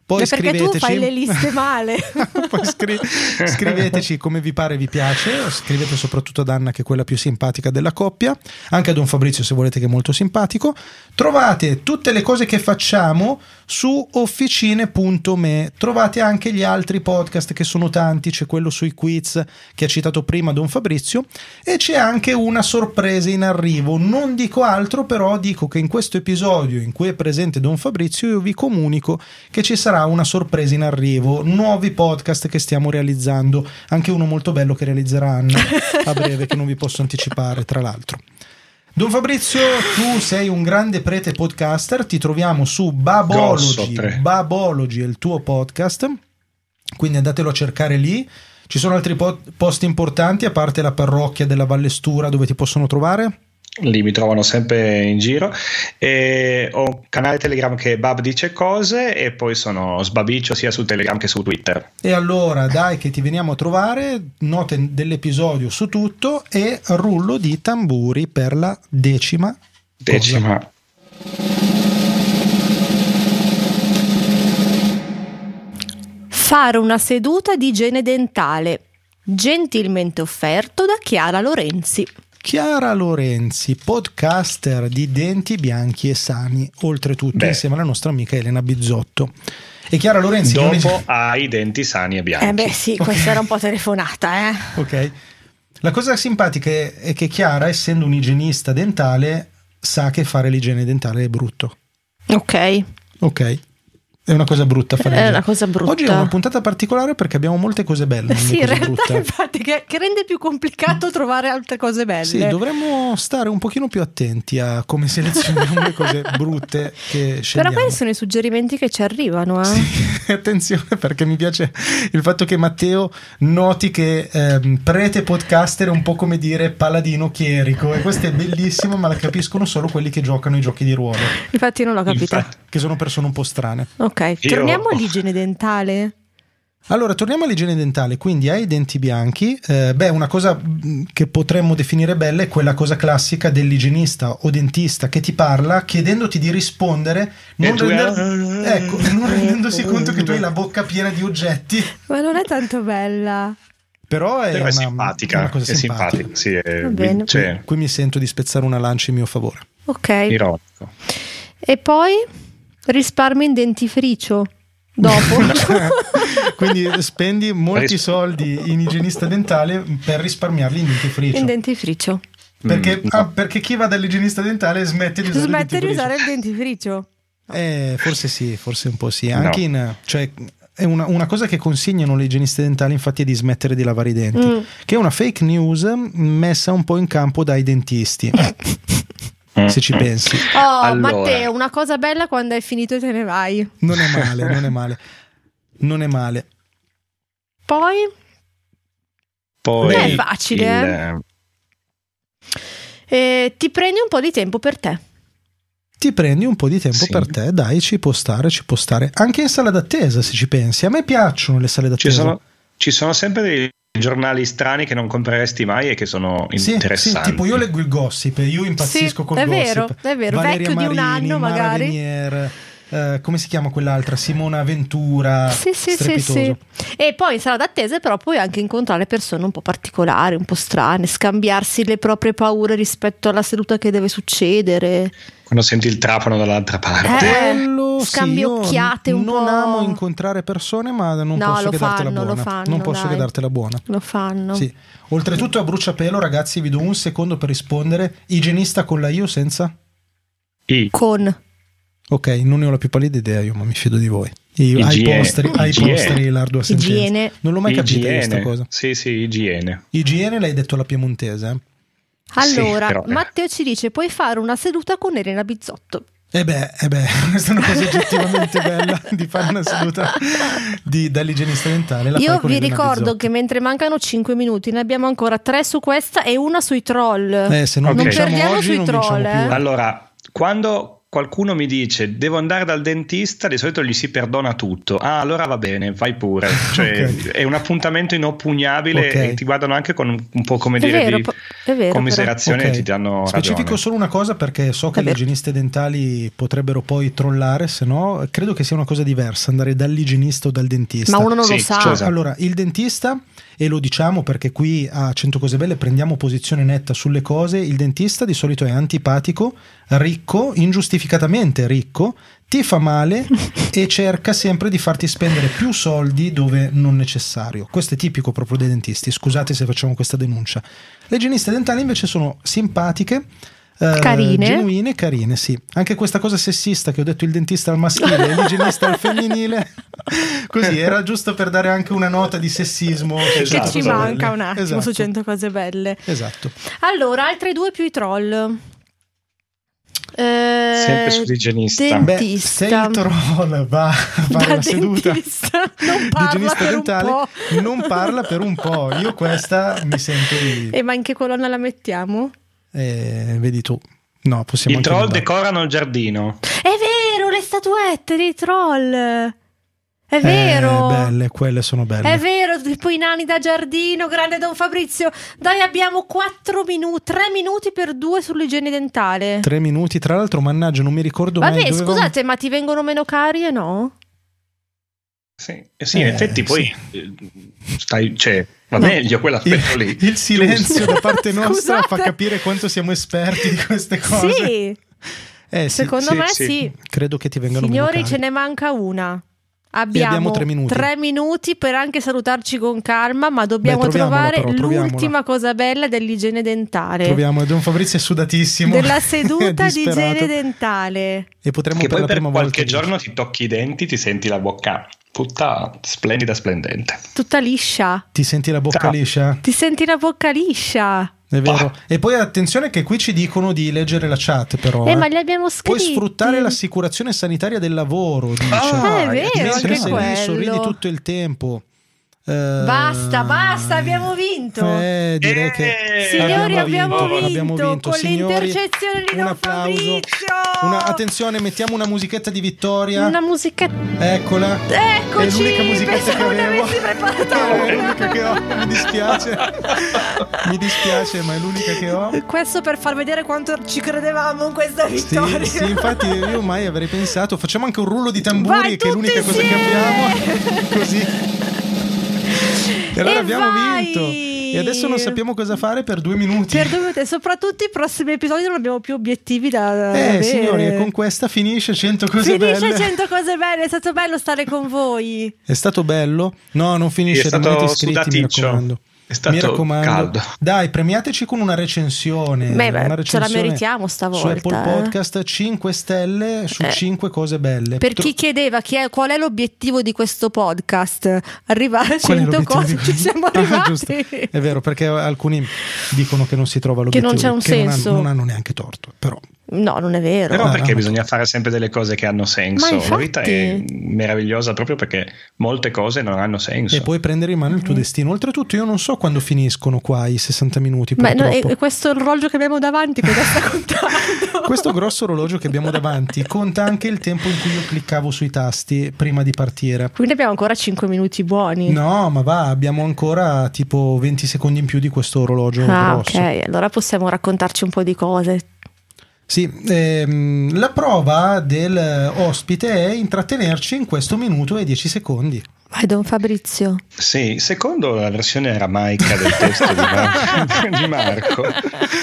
Poi
Beh, perché tu
scriveteci.
fai le liste male.
Poi scri- scriveteci come vi pare e vi piace, scrivete soprattutto ad Anna che è quella più simpatica della coppia, anche a Don Fabrizio se volete che è molto simpatico. Trovate tutte le cose che facciamo su officine.me, trovate anche gli altri podcast che sono tanti, c'è quello sui quiz che ha citato prima Don Fabrizio e c'è anche una sorpresa in arrivo, non dico altro però dico che in questo episodio in cui è presente Don Fabrizio io vi comunico che ci sarà una sorpresa in arrivo, nuovi podcast che stiamo realizzando, anche uno molto bello che realizzerà Anna a breve che non vi posso anticipare tra l'altro. Don Fabrizio, tu sei un grande prete podcaster, ti troviamo su
Grosso
Babology,
pre.
Babology è il tuo podcast, quindi andatelo a cercare lì. Ci sono altri po- posti importanti a parte la parrocchia della Vallestura dove ti possono trovare?
lì mi trovano sempre in giro e ho un canale Telegram che Bab dice cose e poi sono sbabiccio sia su Telegram che su Twitter
E allora dai che ti veniamo a trovare, note dell'episodio su tutto e rullo di tamburi per la decima.
decima
Fare una seduta di igiene dentale, gentilmente offerto da Chiara Lorenzi.
Chiara Lorenzi, podcaster di Denti Bianchi e Sani, oltretutto
Beh.
insieme alla nostra amica Elena Bizzotto. E Chiara Lorenzi non es-
dopo hai i denti sani e bianchi
Eh beh sì, questa era un po' telefonata, eh.
Ok. La cosa simpatica è è che Chiara, essendo un igienista dentale, sa che fare l'igiene dentale è brutto.
Ok, è
Ok. È una cosa brutta fare l'igiene.
una cosa brutta.
Oggi è una puntata particolare perché abbiamo molte cose belle. non
sì,
le
in
cose
realtà
brutte.
infatti che, che rende più complicato trovare altre cose belle.
Sì, dovremmo stare un pochino più attenti a come selezioniamo le cose brutte che
Però
scegliamo.
poi sono i suggerimenti che ci arrivano. Eh?
Attenzione perché mi piace il fatto che Matteo noti che ehm, prete podcaster è un po' come dire paladino chierico e questo è bellissimo ma la capiscono solo quelli che giocano i giochi di ruolo,
Infatti non l'ho capito.
che sono persone un po' strane.
Ok,
Io-
torniamo all'igiene dentale.
Allora, torniamo all'igiene dentale, quindi hai i denti bianchi. Eh, beh, una cosa mh, che potremmo definire bella è quella cosa classica dell'igienista o dentista che ti parla chiedendoti di rispondere, non,
E tu
render-
hai-
ecco, non rendendosi conto che tu hai la bocca piena di oggetti.
Ma non è tanto bella.
Però è,
Però è
una-
simpatica,
una cosa
è simpatica, sì, è-
Va bene.
cioè,
Qui mi sento di spezzare una lancia in mio favore.
Ok.
ironico.
E poi risparmi in dentifricio. Dopo.
Quindi spendi molti soldi in igienista dentale per risparmiarli in dentifricio.
in dentifricio.
perché,
Mm, no.
ah, perché chi va dall'igienista dentale smette di usare il
Smetti di
dentifricio.
usare il dentifricio.
Eh, forse sì, forse un po' sì.
No.
Anche in, cioè, è una, una cosa che consigliano le igienisti dentali, infatti, è di smettere di lavare i denti,
Mm.
che è una fake news messa un po' in campo dai dentisti.
Mm.
se ci pensi,
Oh,
Allora.
Matteo, una cosa bella quando hai finito e te ne vai.
non è male, non è male. Non è male.
Poi
Poi
Non è facile,
il- eh,
eh, ti prendi un po' di tempo per te.
Ti prendi un po' di tempo per te, dai, ci può stare, ci può stare. Anche in sala d'attesa, se ci pensi. A me piacciono le sale
ci,
d'attesa.
sono, ci sono sempre dei giornali strani che non compreresti mai e che sono
Sì, sì,
interessanti.
tipo io leggo il gossip, io impazzisco
Sì,
col
è
gossip.
vero, è vero,
Valeria
vecchio di un
Marini,
anno,
Mara
magari.
Venier, eh, come si chiama quell'altra? Simona Ventura.
Sì, sì, Eh, sì,
Ah, strepitoso.
sì. E poi in sala d'attesa, però, puoi anche incontrare persone un po' particolari, un po' strane, scambiarsi le proprie paure rispetto alla seduta che deve succedere.
Quando senti il trapano dall'altra parte.
Quello sì,
scambi
io
eh, occhiate un
non
po'.
amo incontrare persone, ma non
No,
posso
lo
che dartela
fanno, lo
buona.
fanno,
non posso
dai.
che dartela buona.
Lo fanno.
Sì. Oltretutto a bruciapelo, ragazzi, vi do un secondo per rispondere. Igienista con la io senza?
Eh? Con.
Ok, non ne ho la più pallida idea io, ma mi fido di voi. Io, ai
Igiene.
posteri, ai
Igiene.
posteri l'ardua sentenza.
Igiene.
Non l'ho mai capita io questa
Igiene.
cosa.
Sì, sì, igiene.
Igiene l'hai detto alla piemontese.
Allora,
però, eh.
Matteo ci dice: puoi fare una seduta con Elena Bizzotto.
E beh, eh beh, questa è una cosa oggettivamente bella di fare una seduta di- dall'igienista dentale. La fai
Io
con
vi
Elena
ricordo
Bizzotto.
che mentre mancano 5 minuti, ne abbiamo ancora 3 su questa e una sui troll.
Eh, se non
non
vinciamo
perdiamo
oggi,
sui
non vinciamo
troll. eh.
Allora, quando qualcuno mi dice devo andare dal dentista, di solito gli si perdona tutto. Ah, allora va bene, vai pure. Cioè,
Ok.
È un appuntamento inoppugnabile
Ok.
e ti guardano anche con un, un po' come
È
dire
vero,
di
po- è vero,
commiserazione
Ok.
e ti danno
Specifico
ragione.
solo una cosa perché so che
Vabbè.
le igieniste dentali potrebbero poi trollare, se no credo che sia una cosa diversa andare dall'igienista o dal dentista.
Ma uno non lo
Sì, cioè,
sa.
scusa.
Ah, Allora, il dentista, e lo diciamo perché qui a 100 cose belle prendiamo posizione netta sulle cose, il dentista di solito è antipatico, ricco, ingiustificatamente ricco, ti fa male e cerca sempre di farti spendere più soldi dove non necessario. Questo è tipico proprio dei dentisti, scusate se facciamo questa denuncia. Le igieniste dentali invece sono simpatiche. eh,
Carine.
genuine, carine, sì. Anche questa cosa sessista che ho detto il dentista al maschile e l'igienista al femminile, Così era giusto per dare anche una nota di sessismo su
Che
cento
ci
cose
manca
belle.
un attimo
Esatto.
su 100 cose belle.
Esatto.
Allora, altre due più i troll. Eh,
Sempre sull'igienista.
Beh, se
Dentista.
il troll va a
Da
fare la seduta di
dentista non parla
igienista
per un
dentale,
po'.
non parla per un po'. Io questa mi sento di...
E ma in che colonna la mettiamo?
Eh, vedi tu. No, possiamo
I
anche
troll
andare.
decorano il giardino.
È vero, le statuette dei troll. È vero.
Eh, belle, quelle sono belle.
È vero, poi i nani da giardino, grande Don Fabrizio. Dai, abbiamo 4 minuti, 3 minuti per 2 sull'igiene dentale.
Tre minuti, tra l'altro, mannaggia, non mi ricordo
Vabbè,
mai. dovevamo-
scusate, ma ti vengono meno carie, no?
Sì, eh sì, in
Eh,
effetti poi eh, stai, cioè, va meglio quell'aspetto lì.
Il silenzio da parte nostra
Scusate.
fa capire quanto siamo esperti di queste cose.
Sì,
Eh, sì,
Secondo me sì.
Credo che ti vengano
signori,
meno
ce
cari.
ne manca una. Abbiamo,
abbiamo tre minuti.
tre minuti per anche salutarci con calma, ma dobbiamo
troviamola
trovare
però, troviamola.
l'ultima cosa bella dell'igiene dentale.
Troviamo, Don Fabrizio è sudatissimo.
Della
È
seduta di
disperato.
igiene dentale.
E potremmo
Che
per
poi
la
per
prima
qualche
volta.
giorno ti tocchi i denti, ti senti la bocca tutta splendida, splendente.
Tutta liscia.
Ti senti la bocca
Ciao.
liscia?
Ti senti la bocca liscia.
È vero. E poi attenzione che qui ci dicono di leggere la chat, però.
eh,
eh.
ma li abbiamo
Puoi
scritti.
sfruttare l'assicurazione sanitaria del lavoro, dice.
Ah, è vero,
Mentre
anche
sei lì,
quello.
sorridi tutto il tempo. Eh,
Basta, basta, abbiamo vinto.
Eh, direi che
Signori, abbiamo vinto,
abbiamo vinto.
con
Signori,
l'intercezione di
un
Don
applauso.
Fabrizio.
Una- attenzione, mettiamo una musichetta di vittoria.
Una musichetta.
Eccola.
Eccoci.
È l'unica musichetta che
Pensavo ne
avevo.
avessi preparata
È l'unica
una.
che ho. Mi dispiace. Mi dispiace, ma è l'unica che ho.
Questo per far vedere quanto ci credevamo in questa vittoria.
Sì, sì, infatti io mai avrei pensato facciamo anche un rullo di tamburi
Vai,
che
tutti
è l'unica cosa che abbiamo così e allora
E
abbiamo
vai!
vinto e adesso non sappiamo cosa fare per due minuti
Per due minuti. E soprattutto i prossimi episodi non abbiamo più obiettivi da da
eh
avere.
signori e con questa finisce 100 cose
Finisce
belle
100 cose belle, è stato bello stare con voi.
è stato bello no non finisce
Sì, è stato
rimanete iscritti mi
sudaticcio.
raccomando
È stato
mi raccomando
caldo.
dai premiateci con una recensione
Beh, beh,
una
ce la
recensione
meritiamo
su
stavolta.
Apple
eh.
Podcast 5 stelle su 5 cose belle
Per chi chiedeva chi è- qual è l'obiettivo di questo podcast, arrivare a
Qual è
100
l'obiettivo di
cose, ci
questo?
siamo
Ah, giusto.
arrivati.
È vero, perché alcuni dicono che non si trova
Che
l'obiettivo.
non c'è un
che non hanno-
senso.
Non hanno, neanche torto, però.
No, non è vero.
Però perché bisogna fare sempre delle cose che hanno senso?
Ma
La vita è
infatti.
meravigliosa proprio perché molte cose non hanno senso.
E puoi prendere in mano il tuo destino. Oltretutto, io non so quando finiscono qua i 60 minuti.
Ma no,
purtroppo.
e, e questo orologio che abbiamo davanti, cosa sta
Questo grosso orologio che abbiamo davanti conta anche il tempo in cui io cliccavo sui tasti prima di partire.
Quindi abbiamo ancora 5 minuti buoni.
No, ma va, abbiamo ancora tipo 20 secondi in più di questo orologio
ah,
grosso.
ok, allora possiamo raccontarci un po' di cose.
Sì, ehm, la prova del eh, ospite è intrattenerci in questo minuto e 10 secondi.
Vai, Don Fabrizio.
Sì, secondo la versione aramaica del testo di, Mar- di Marco,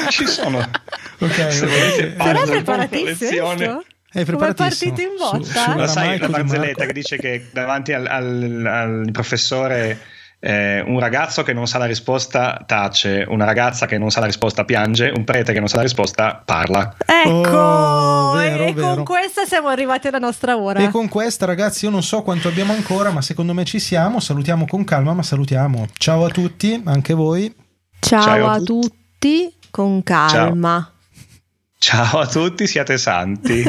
ci sono. se
Eh,
volete,
Però
parlo-
preparatissimo.
lezione.
questo?
È
Come è
preparatissimo.
partito in
Su-
botta?
La sai la
Aramaico di
barzelletta
Marco.
che dice che davanti al, al- al professore eh, un ragazzo che non sa la risposta tace, una ragazza che non sa la risposta piange, un prete che non sa la risposta parla.
Ecco,
Oh, vero,
e
vero.
con questa siamo arrivati alla nostra ora.
E con questa, ragazzi, io non so quanto abbiamo ancora, ma secondo me ci siamo. Salutiamo con calma, ma salutiamo. Ciao a tutti, anche voi.
Ciao,
Ciao a
a tutti, con calma.
Ciao a tutti, siate santi.